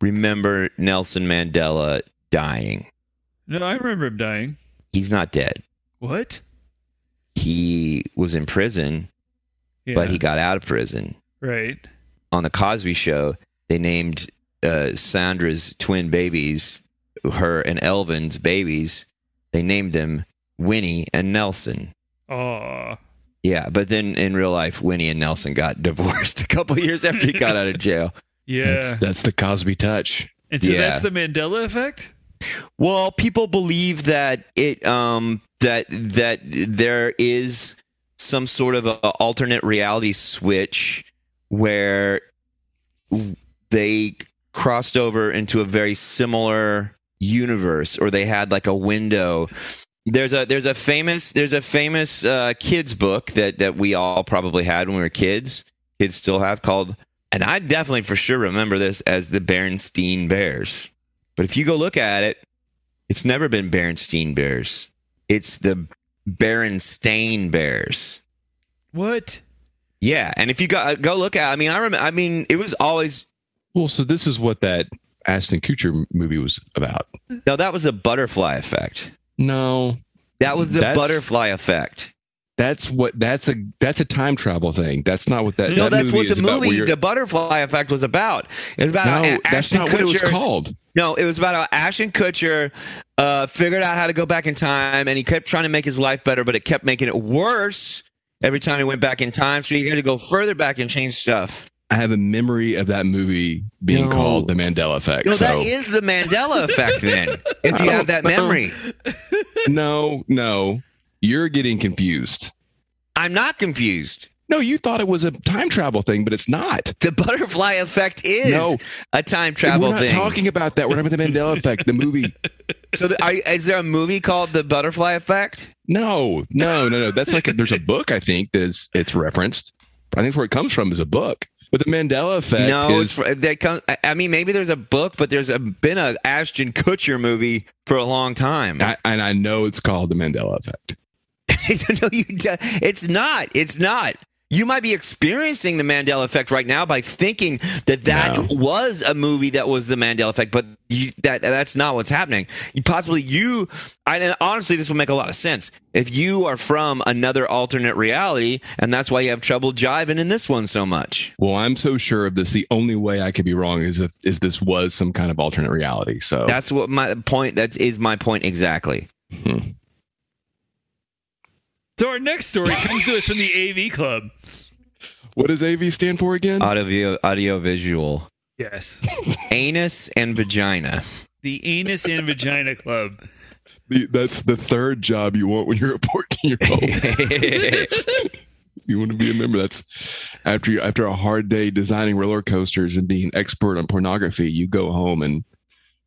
Speaker 1: remember Nelson Mandela dying.
Speaker 3: No, I remember him dying.
Speaker 1: He's not dead.
Speaker 3: What?
Speaker 1: He was in prison,
Speaker 3: Yeah,
Speaker 1: but he got out of prison.
Speaker 3: right.
Speaker 1: On the Cosby Show, they named uh, Sandra's twin babies, her and Elvin's babies. They named them Winnie and Nelson.
Speaker 3: Aw.
Speaker 1: Yeah, but then in real life, Winnie and Nelson got divorced a couple years after he got out of jail.
Speaker 3: Yeah.
Speaker 2: That's, that's the Cosby touch.
Speaker 3: And so
Speaker 1: yeah.
Speaker 3: that's the Mandela effect?
Speaker 1: Well, people believe that it um that that there is some sort of a, a alternate reality switch where they crossed over into a very similar universe or they had like a window there's a there's a famous there's a famous uh, kids book that that we all probably had when we were kids kids still have called and i definitely for sure remember this as the Berenstain bears but if you go look at it it's never been Berenstain bears it's the Berenstain bears
Speaker 3: What?
Speaker 1: yeah and if you go uh, go look at i mean i remember i mean it was always
Speaker 2: Well, so this is what that Ashton Kutcher movie was about.
Speaker 1: no that was a butterfly effect
Speaker 2: No,
Speaker 1: That was the
Speaker 2: That's-
Speaker 1: butterfly effect.
Speaker 2: that's what that's a that's a time travel thing. That's not what that.
Speaker 1: No,
Speaker 2: that
Speaker 1: that's
Speaker 2: movie
Speaker 1: what the
Speaker 2: is about, where
Speaker 1: movie,
Speaker 2: you're-
Speaker 1: the butterfly effect, was about. It was about
Speaker 2: no,
Speaker 1: how
Speaker 2: that's
Speaker 1: Ashton
Speaker 2: not
Speaker 1: Kutcher.
Speaker 2: what it was called.
Speaker 1: No, it was about how Ashton Kutcher uh, figured out how to go back in time, and he kept trying to make his life better, but it kept making it worse every time he went back in time. So he had to go further back and change stuff.
Speaker 2: I have a memory of that movie being
Speaker 1: No.
Speaker 2: called The Mandela Effect.
Speaker 1: No, that
Speaker 2: so-
Speaker 1: is the Mandela effect. Then, if you have that memory,
Speaker 2: no, no, you're getting confused.
Speaker 1: I'm not confused.
Speaker 2: No, you thought it was a time travel thing, but it's not.
Speaker 1: The butterfly effect is
Speaker 2: No.
Speaker 1: a time travel
Speaker 2: We're not
Speaker 1: thing.
Speaker 2: talking about that. We're talking about the Mandela Effect, the movie.
Speaker 1: so, the, are, is there a movie called The Butterfly Effect?
Speaker 2: No, no, no, no. That's like a, there's a book I think that is it's referenced. I think it's where it comes from is a book. But the Mandela Effect
Speaker 1: No,
Speaker 2: is
Speaker 1: it's, that comes. I- I mean, maybe there's a book, but there's a, been a Ashton Kutcher movie for a long time.
Speaker 2: I, and I know it's called the Mandela Effect.
Speaker 1: no, you. De- it's not. It's not. You might be experiencing the Mandela effect right now by thinking that that
Speaker 4: No.
Speaker 1: was a movie that was the Mandela effect, but you, that that's not what's happening. You possibly you, I, and honestly, this will make a lot of sense if you are from another alternate reality, and that's why you have trouble jiving in this one so much.
Speaker 2: Well, I'm so sure of this. The only way I could be wrong is if, if this was some kind of alternate reality. So
Speaker 1: That's what my point. That is my point exactly.
Speaker 2: Hmm.
Speaker 3: So our next story comes to us from the AV Club.
Speaker 2: what does AV stand for again?
Speaker 1: Uh, Audio, audio, visual,
Speaker 3: Yes.
Speaker 1: anus and vagina.
Speaker 3: The Anus and Vagina Club.
Speaker 2: The- that's the third job you want when you're a 14 year old. you want to be a member. That's after you, after a hard day designing roller coasters and being an expert on pornography. You go home and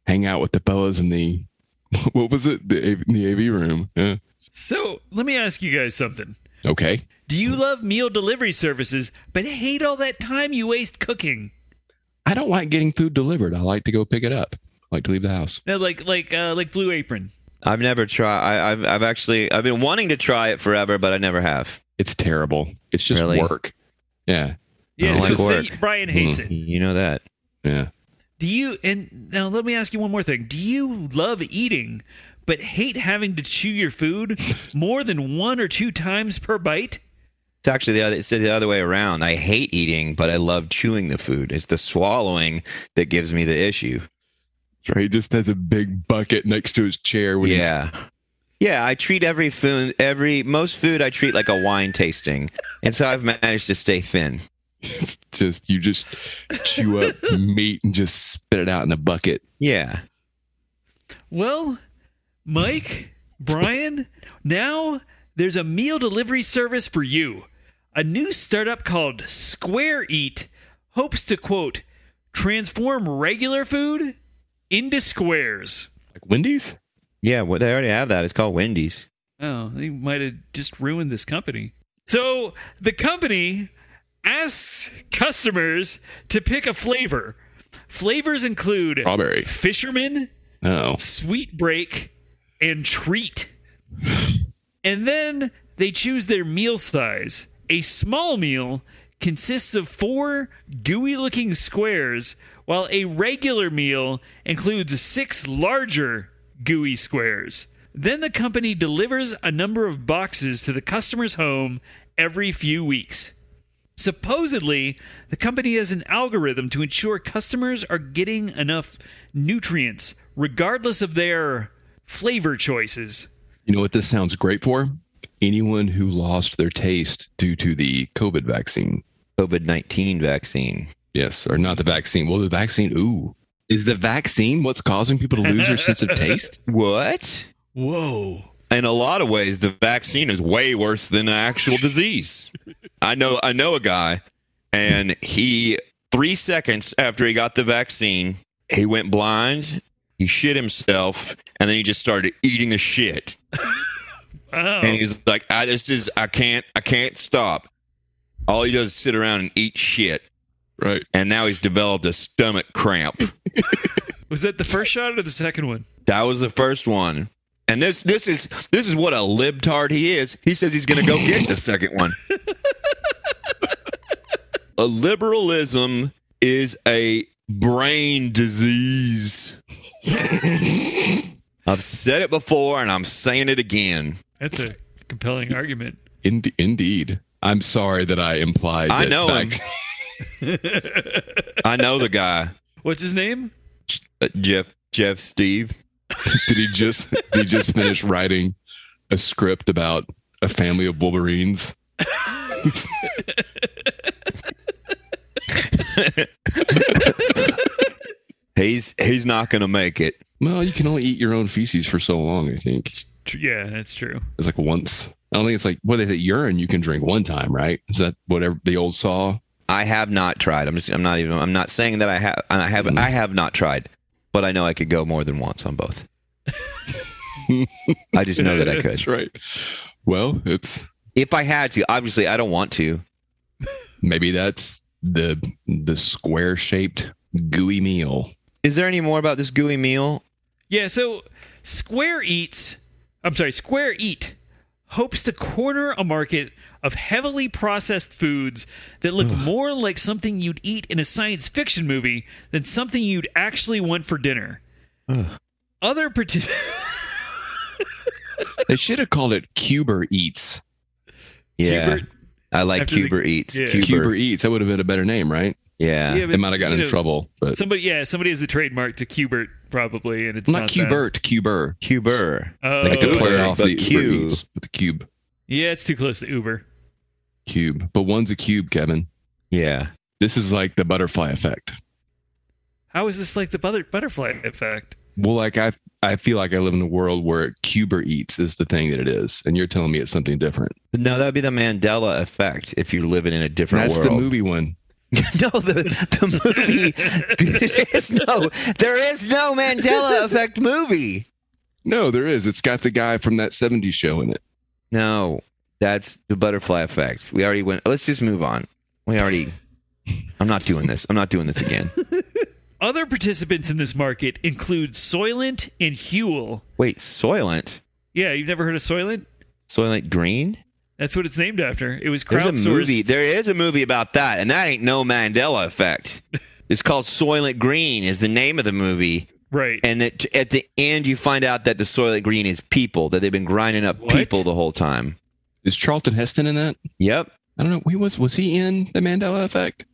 Speaker 2: hang out with the fellas in the what was it the AV, the AV room? Yeah.
Speaker 3: So let me ask you guys something.
Speaker 2: Okay,
Speaker 3: Do you love meal delivery services but hate all that time you waste cooking?
Speaker 2: I don't like getting food delivered. I like to go pick it up. I like to leave the house.
Speaker 3: No, like like uh, like Blue Apron.
Speaker 1: I've never tried. I, I've I've actually I've been wanting to try it forever, but I never have.
Speaker 2: It's terrible. It's just
Speaker 1: Really?
Speaker 2: work. Yeah,
Speaker 3: Yeah,
Speaker 1: don't
Speaker 3: so,
Speaker 1: like
Speaker 3: so
Speaker 1: work. Mm-hmm.
Speaker 3: Brian hates it.
Speaker 1: You know that.
Speaker 2: yeah.
Speaker 3: Do you and now let me ask you one more thing. Do you love eating but hate having to chew your food more than one or two times per bite?
Speaker 1: It's actually the other. It's the other way around. I hate eating, but I love chewing the food. It's the swallowing that gives me the issue.
Speaker 2: That's right. He just has a big bucket next to his chair. When he's-
Speaker 1: yeah. Yeah, I treat every food, every most food I treat like a wine tasting, and so I've managed to stay thin.
Speaker 2: just you just chew up meat and just spit it out in a bucket.
Speaker 1: Yeah,
Speaker 3: Well, Mike, Brian, now there's a meal delivery service for you. A new startup called Square Eat hopes to quote transform regular food into squares.
Speaker 2: Like Wendy's.
Speaker 1: yeah. Well, they already have that. It's called Wendy's.
Speaker 3: Oh, they might have just ruined this company. So the company asks customers to pick a flavor. Flavors include
Speaker 2: Strawberry.
Speaker 3: fisherman,
Speaker 2: Oh,
Speaker 3: sweet break, and treat. and then they choose their meal size. A small meal consists of four gooey looking squares, while a regular meal includes six larger gooey squares. Then the company delivers a number of boxes to the customer's home every few weeks. Supposedly, the company has an algorithm to ensure customers are getting enough nutrients regardless of their flavor choices.
Speaker 2: You know what this sounds great for? Anyone who lost their taste due to the COVID vaccine.
Speaker 1: COVID nineteen vaccine.
Speaker 2: Yes, or not the vaccine. Well, the vaccine, ooh. Is the vaccine what's causing people to lose their sense of taste?
Speaker 1: What?
Speaker 3: Whoa.
Speaker 1: in a lot of ways the vaccine is way worse than the actual disease i know i know a guy and he three seconds after he got the vaccine he went blind he shit himself and then he just started eating the shit and
Speaker 3: Oh.
Speaker 1: he's like i this is i can't i can't stop all he does is sit around and eat shit
Speaker 2: Right.
Speaker 1: and now he's developed a stomach cramp
Speaker 3: Was that the first shot or the second one?
Speaker 1: That was the first one. And this this is this is what a libtard he is. He says he's going to go get the second one. a liberalism is a brain disease. I've said it before and I'm saying it again.
Speaker 3: That's a compelling argument.
Speaker 2: Ind- indeed. I'm sorry that I implied.
Speaker 1: I
Speaker 2: that
Speaker 1: know him.
Speaker 2: vac-
Speaker 1: I know the guy.
Speaker 3: What's his name?
Speaker 1: Uh, Jeff Jeff Steve.
Speaker 2: Did he just? Did he just finish writing a script about a family of Wolverines?
Speaker 1: He's he's not going to make it.
Speaker 2: Well, you can only eat your own feces for so long. I think
Speaker 3: Tr- Yeah, that's true.
Speaker 2: it's like once. I don't think it's like what they say. Urine you can drink one time, right? Is that whatever the old saw?
Speaker 1: I have not tried. I'm just. I'm not even. I'm not saying that I have. I have. I have not tried, but I know I could go more than once on both. I just know that I could.
Speaker 2: That's right. Well, it's
Speaker 1: If I had to, obviously I don't want to.
Speaker 2: maybe that's the the square shaped gooey meal.
Speaker 1: Is there any more about this gooey meal?
Speaker 3: Yeah, so Square Eats, I'm sorry, Square Eat hopes to corner a market of heavily processed foods that look more like something you'd eat in a science fiction movie than something you'd actually want for dinner. Other partic-
Speaker 2: They should have called it Cuber Eats.
Speaker 1: Yeah.
Speaker 3: Hubert-
Speaker 1: I like
Speaker 3: After the-
Speaker 1: Cuber Eats.
Speaker 3: yeah.
Speaker 1: Cuber.
Speaker 2: Cuber Eats. That would have been a better name, right?
Speaker 1: Yeah.
Speaker 3: Yeah,
Speaker 2: They might have gotten
Speaker 3: you
Speaker 2: in
Speaker 3: know,
Speaker 2: trouble, but
Speaker 3: Somebody, yeah, somebody has the trademark to Cubert probably, and it's
Speaker 2: not
Speaker 3: not that.
Speaker 2: Cubert, Cuber.
Speaker 1: Cuber.
Speaker 3: Oh,
Speaker 2: Like
Speaker 1: Uber,
Speaker 2: to play
Speaker 3: okay.
Speaker 2: off
Speaker 1: but
Speaker 2: the Uber
Speaker 1: Cube.
Speaker 2: Eats with the cube,
Speaker 3: yeah, it's too close to Uber.
Speaker 2: cube. But one's a cube, Kevin.
Speaker 1: Yeah.
Speaker 2: This is like the butterfly effect.
Speaker 3: How is this like the butter- butterfly effect?
Speaker 2: Well, like I, I feel like I live in a world where Cuber Eats is the thing that it is, and you're telling me it's something different.
Speaker 1: No, that would be the Mandela effect if you're living in a different
Speaker 2: That's
Speaker 1: world.
Speaker 2: the movie one.
Speaker 1: no, the, the movie. there is no, there is no Mandela effect movie.
Speaker 2: No, there is. It's got the guy from that '70s show in it.
Speaker 1: No, that's the butterfly effect. We already went. oh, Let's just move on. We already. I'm not doing this. I'm not doing this again.
Speaker 3: Other participants in this market include Soylent and Huel.
Speaker 1: Wait, Soylent?
Speaker 3: Yeah, you've never heard of Soylent?
Speaker 1: Soylent Green?
Speaker 3: That's what it's named after. It was
Speaker 1: There's a
Speaker 3: crowdsourced.
Speaker 1: movie. There is a movie about that, and that ain't no Mandela effect. It's called Soylent Green, is the name of the movie.
Speaker 3: Right.
Speaker 1: And it, at the end, you find out that the Soylent Green is people, that they've been grinding up
Speaker 3: What?
Speaker 1: people the whole time.
Speaker 2: Is Charlton Heston in that?
Speaker 1: Yep.
Speaker 2: I don't know. He was was he in the Mandela Effect?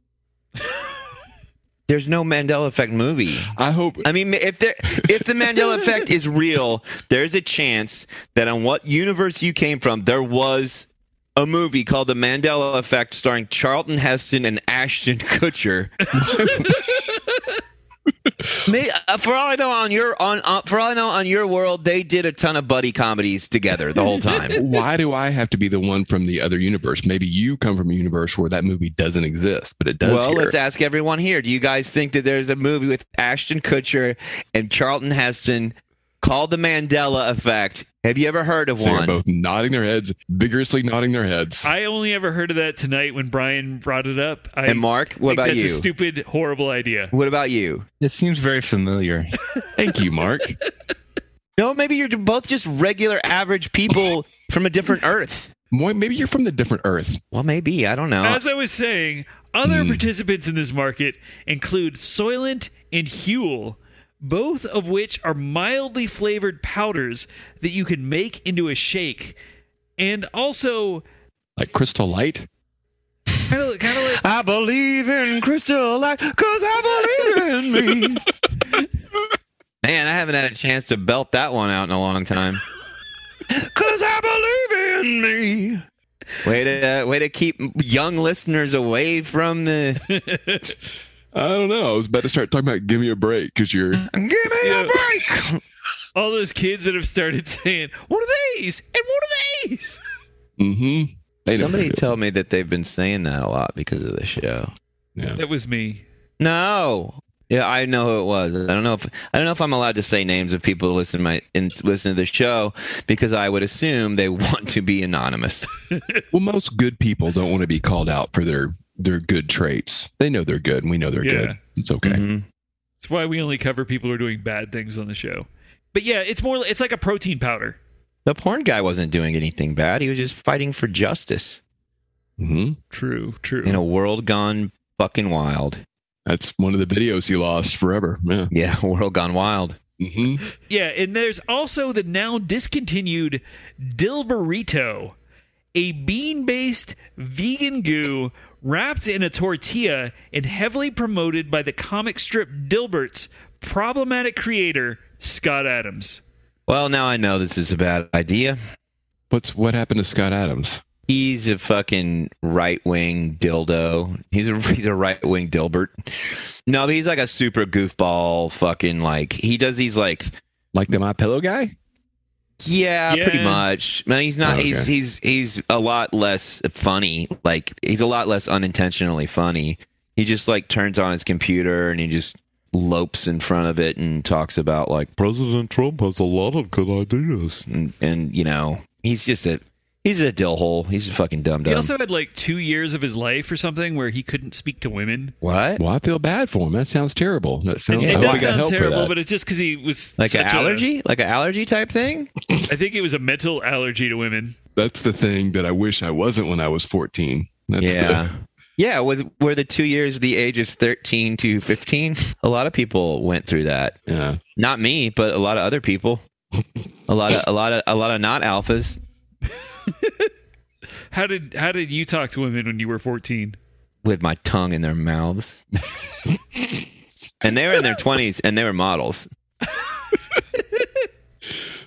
Speaker 1: There's no Mandela effect movie.
Speaker 2: I hope.
Speaker 1: I mean, if there, if the Mandela effect is real, there's a chance that on what universe you came from, there was a movie called The Mandela Effect, starring Charlton Heston and Ashton Kutcher. May, uh, for all I know, on your on uh, for all I know, on your world, they did a ton of buddy comedies together the whole time.
Speaker 2: why do I have to be the one from the other universe? Maybe you come from a universe where that movie doesn't exist, but it does.
Speaker 1: Well,
Speaker 2: here.
Speaker 1: let's ask everyone here. Do you guys think that there's a movie with Ashton Kutcher and Charlton Heston called The Mandela Effect? Have you ever heard of
Speaker 2: So They're
Speaker 1: one?
Speaker 2: both nodding their heads, vigorously nodding their heads.
Speaker 3: I only ever heard of that tonight when Brian brought it up. I
Speaker 1: And Mark, what
Speaker 3: think
Speaker 1: about
Speaker 3: that's
Speaker 1: you?
Speaker 3: a stupid, horrible idea.
Speaker 1: What about you?
Speaker 4: It seems very familiar.
Speaker 2: Thank you, Mark.
Speaker 1: No, maybe you're both just regular average people from a different Earth.
Speaker 2: Moi- Maybe you're from the different Earth.
Speaker 1: Well, hmm. maybe I don't know.
Speaker 3: As I was saying, other participants in this market include Soylent and Huel, both of which are mildly flavored powders that you can make into a shake, and also
Speaker 2: Like crystal light.
Speaker 3: kind of kind of like
Speaker 1: I believe in crystal light because I believe in me. Man, I haven't had a chance to belt that one out in a long time. Cause I believe in me. Way to way to keep young listeners away from the.
Speaker 2: I don't know. I was about to start talking about give me a break because you're
Speaker 1: Give me
Speaker 3: Yeah.
Speaker 1: a break.
Speaker 3: all those kids that have started saying, "What are these?" and "What are these?"
Speaker 2: mm-hmm. They know
Speaker 1: Somebody
Speaker 2: what
Speaker 1: tell me that they've been saying that a lot because of the show.
Speaker 2: they're doing.
Speaker 3: That was me.
Speaker 1: No. Yeah, I know who it was. I don't know if I don't know if I'm allowed to say names of people who listen to my and listen to the show because I would assume they want to be anonymous.
Speaker 2: Yeah. Well, most good people don't want to be called out for their their good traits. They know they're good and we know they're
Speaker 3: Yeah.
Speaker 2: good. It's okay.
Speaker 1: Mhm.
Speaker 3: That's why we only cover people who are doing bad things on the show. But yeah, it's more. It's like a protein powder.
Speaker 1: The porn guy wasn't doing anything bad. He was just fighting for justice Mm-hmm.
Speaker 2: hmm
Speaker 3: True. True.
Speaker 1: in a world gone fucking wild.
Speaker 2: That's one of the videos he lost forever. Yeah.
Speaker 1: Yeah, world gone wild.
Speaker 2: hmm
Speaker 3: Yeah, and there's also the now discontinued Dill Burrito, a bean based vegan goo wrapped in a tortilla and heavily promoted by the comic strip Dilbert's problematic creator, Scott Adams.
Speaker 1: Well, now I know this is a bad idea.
Speaker 2: What's what happened to Scott Adams?
Speaker 1: He's a fucking right wing dildo. He's a he's a right wing Dilbert. No, but he's like a super goofball fucking like he does these like
Speaker 2: Like the My Pillow guy?
Speaker 1: Yeah, pretty
Speaker 3: Yeah.
Speaker 1: much. Man, he's not.
Speaker 2: Oh, okay.
Speaker 1: He's he's he's a lot less funny. Like he's a lot less unintentionally funny. He just like turns on his computer and he just lopes in front of it and talks about like
Speaker 5: President Trump has a lot of good ideas.
Speaker 1: and, and you know he's just a he's a dill hole. He's a fucking dumb
Speaker 3: He
Speaker 1: dumb.
Speaker 3: also had like two years of his life or something where he couldn't speak to women.
Speaker 1: what?
Speaker 2: Well, I feel bad for him. That sounds terrible. That sounds.
Speaker 3: It
Speaker 2: I hope
Speaker 3: does
Speaker 2: he got
Speaker 3: sound
Speaker 2: help for
Speaker 3: terrible,
Speaker 2: that.
Speaker 3: but it's just because he was
Speaker 1: Like an
Speaker 3: such a-
Speaker 1: allergy? like an allergy type thing?
Speaker 3: I think it was a mental allergy to women.
Speaker 2: that's the thing that I wish I wasn't when I was 14. That's
Speaker 1: yeah.
Speaker 2: the,
Speaker 1: yeah, with were the two years the ages 13 to 15. A lot of people went through that.
Speaker 2: yeah.
Speaker 1: Not me, but a lot of other people. A lot of a lot of a lot of not alphas.
Speaker 3: How did how did you talk to women when you were 14?
Speaker 1: with my tongue in their mouths. and they were in their 20s and they were models.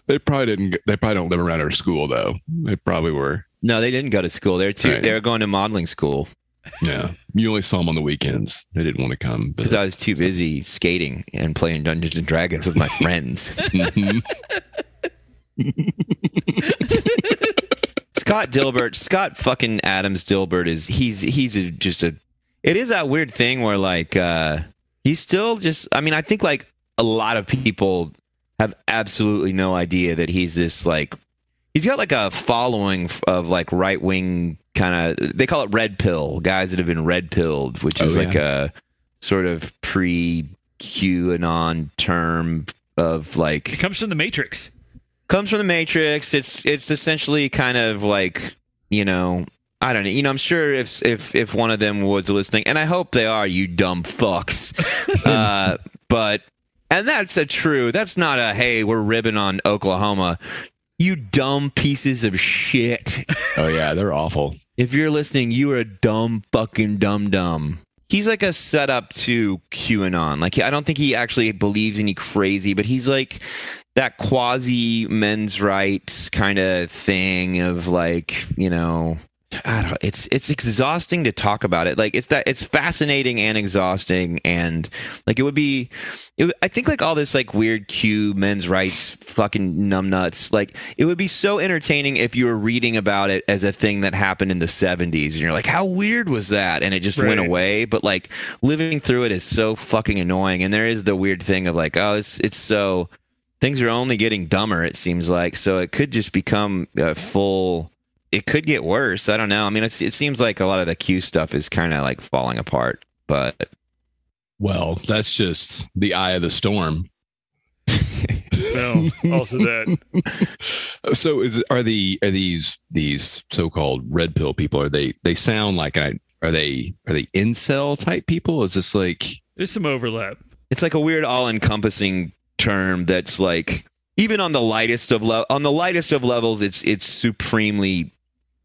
Speaker 2: They probably didn't. They probably don't live around our school though. They probably were.
Speaker 1: No, they didn't go to school. They were too,
Speaker 2: Right.
Speaker 1: they were going to modeling school
Speaker 2: Yeah. You only saw them on the weekends. They didn't want to come.
Speaker 1: because
Speaker 2: Visit.
Speaker 1: I was too busy skating and playing Dungeons and Dragons with my friends.
Speaker 2: Mhm.
Speaker 1: Scott Dilbert, Scott fucking Adams Dilbert is he's he's a, just a it is that weird thing where like uh he's still just I mean I think like a lot of people have absolutely no idea that he's this like he's got like a following f- of like right wing kind of they call it red pill guys that have been red pilled which is
Speaker 2: Oh,
Speaker 1: like a sort of pre QAnon term of like
Speaker 3: It comes from the Matrix.
Speaker 1: comes from the Matrix. It's it's essentially kind of like you know I don't know. You know I'm sure if if if one of them was listening, and I hope they are, you dumb fucks. uh, but and that's a true. That's not a hey we're ribbing on Oklahoma. You dumb pieces of shit.
Speaker 2: oh yeah, they're awful.
Speaker 1: If you're listening, you are a dumb fucking dumb dumb. He's like a setup to QAnon. Like I don't think he actually believes any crazy, but he's like that quasi men's rights kind of thing of like, you know, I don't it's it's exhausting to talk about it. Like it's that it's fascinating and exhausting and like it would be it, would- I think like all this like weird Q men's rights fucking numbnuts. Like it would be so entertaining if you were reading about it as a thing that happened in the 70s and you're like how weird was that and it just went
Speaker 3: Right.
Speaker 1: away but like living through it is so fucking annoying and there is the weird thing of like oh it's it's so things are only getting dumber it seems like so it could just become a full it could get worse. I don't know. I mean, it's, it seems like a lot of the Q stuff is kind of like falling apart, but
Speaker 2: Well, that's just the eye of the storm.
Speaker 3: Well, also that.
Speaker 2: So is are the are these these so called red pill people? Are they they sound like I are they are they incel type people? Is this like
Speaker 3: There's some overlap.
Speaker 1: it's like a weird all-encompassing term that's like even on the lightest of le- on the lightest of levels, it's it's supremely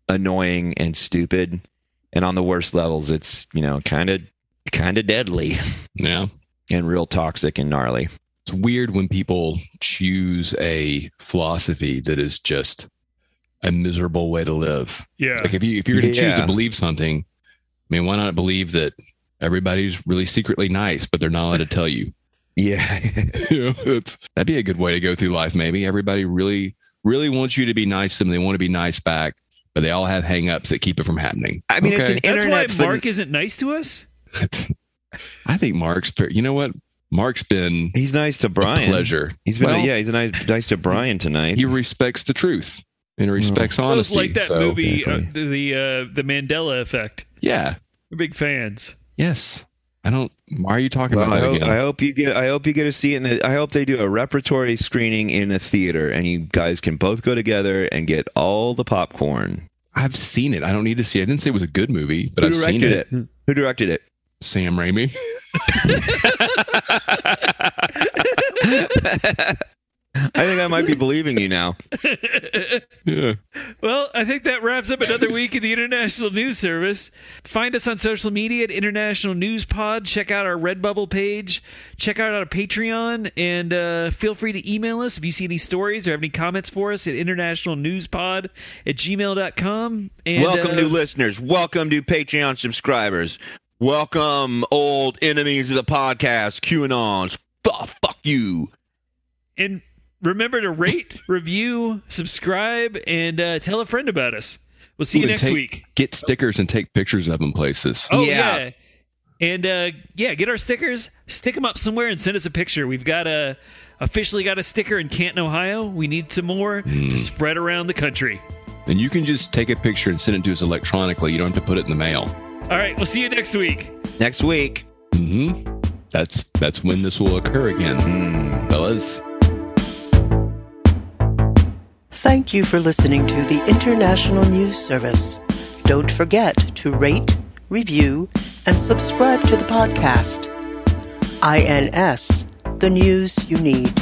Speaker 1: annoying and stupid, and on the worst levels, it's you know kind of kind of deadly
Speaker 2: yeah?
Speaker 1: and real toxic and gnarly.
Speaker 2: It's weird when people choose a philosophy that is just a miserable way to live.
Speaker 3: Yeah.
Speaker 2: Like if you if you're going to choose
Speaker 1: Yeah.
Speaker 2: to believe something, I mean, why not believe that everybody's really secretly nice, but they're not allowed to tell you?
Speaker 1: Yeah.
Speaker 2: you know, it's, that'd be a good way to go through life. Maybe everybody really, really wants you to be nice to them. They want to be nice back, but they all have hangups that keep it from happening.
Speaker 1: I mean, it's
Speaker 2: Okay.
Speaker 1: an
Speaker 3: That's why
Speaker 1: internet phen-
Speaker 3: Mark isn't nice to us.
Speaker 2: I think Mark's, fair- you know what? Mark's been
Speaker 1: He's nice to Brian.
Speaker 2: a pleasure.
Speaker 1: He's been
Speaker 2: Well-
Speaker 1: yeah. He's a nice nice to Brian tonight.
Speaker 2: He respects the truth and respects
Speaker 3: Well, it's
Speaker 2: honesty.
Speaker 3: like that
Speaker 2: so-
Speaker 3: movie, uh, the uh, the Mandela effect.
Speaker 2: Yeah.
Speaker 3: We're big fans.
Speaker 2: Yes. I don't. Why are you talking
Speaker 1: Well,
Speaker 2: about
Speaker 1: I
Speaker 2: that
Speaker 1: hope,
Speaker 2: again?
Speaker 1: I hope you get. I hope you get to see it. In the, I hope they do a repertory screening in a theater, and you guys can both go together and get all the popcorn.
Speaker 2: I've seen it. I don't need to see it. I didn't say it was a good movie, but
Speaker 1: Who
Speaker 2: I've
Speaker 1: directed
Speaker 2: seen it.
Speaker 1: it? Who directed it?
Speaker 2: Sam Raimi.
Speaker 1: I think I might be believing you now.
Speaker 2: yeah.
Speaker 3: Well, I think that wraps up another week of the International News Service. Find us on social media at International News Pod. Check out our Redbubble page. Check out our Patreon. And uh, feel free to email us if you see any stories or have any comments for us at internationalnewspod at gmail.com. And,
Speaker 1: Welcome,
Speaker 3: uh,
Speaker 1: new listeners. Welcome, new Patreon subscribers. Welcome, old enemies of the podcast, QAnons. Fuck, fuck you.
Speaker 3: And remember to rate, review, subscribe, and uh, tell a friend about us. We'll see you
Speaker 2: Ooh,
Speaker 3: next
Speaker 2: take-
Speaker 3: week.
Speaker 2: Get stickers and take pictures of them places.
Speaker 3: Oh yeah.
Speaker 1: Yeah.
Speaker 3: And uh, yeah, get our stickers, stick them up somewhere, and send us a picture. We've got a officially got a sticker in Canton, Ohio. We need some more to spread around the country.
Speaker 2: And you can just take a picture and send it to us electronically. You don't have to put it in the mail.
Speaker 3: All right, we'll see you next week.
Speaker 1: Next week.
Speaker 2: Mm-hmm. That's that's when this will occur again, fellas.
Speaker 6: Thank you for listening to the International News Service. Don't forget to rate, review, and subscribe to the podcast. INS, the news you need.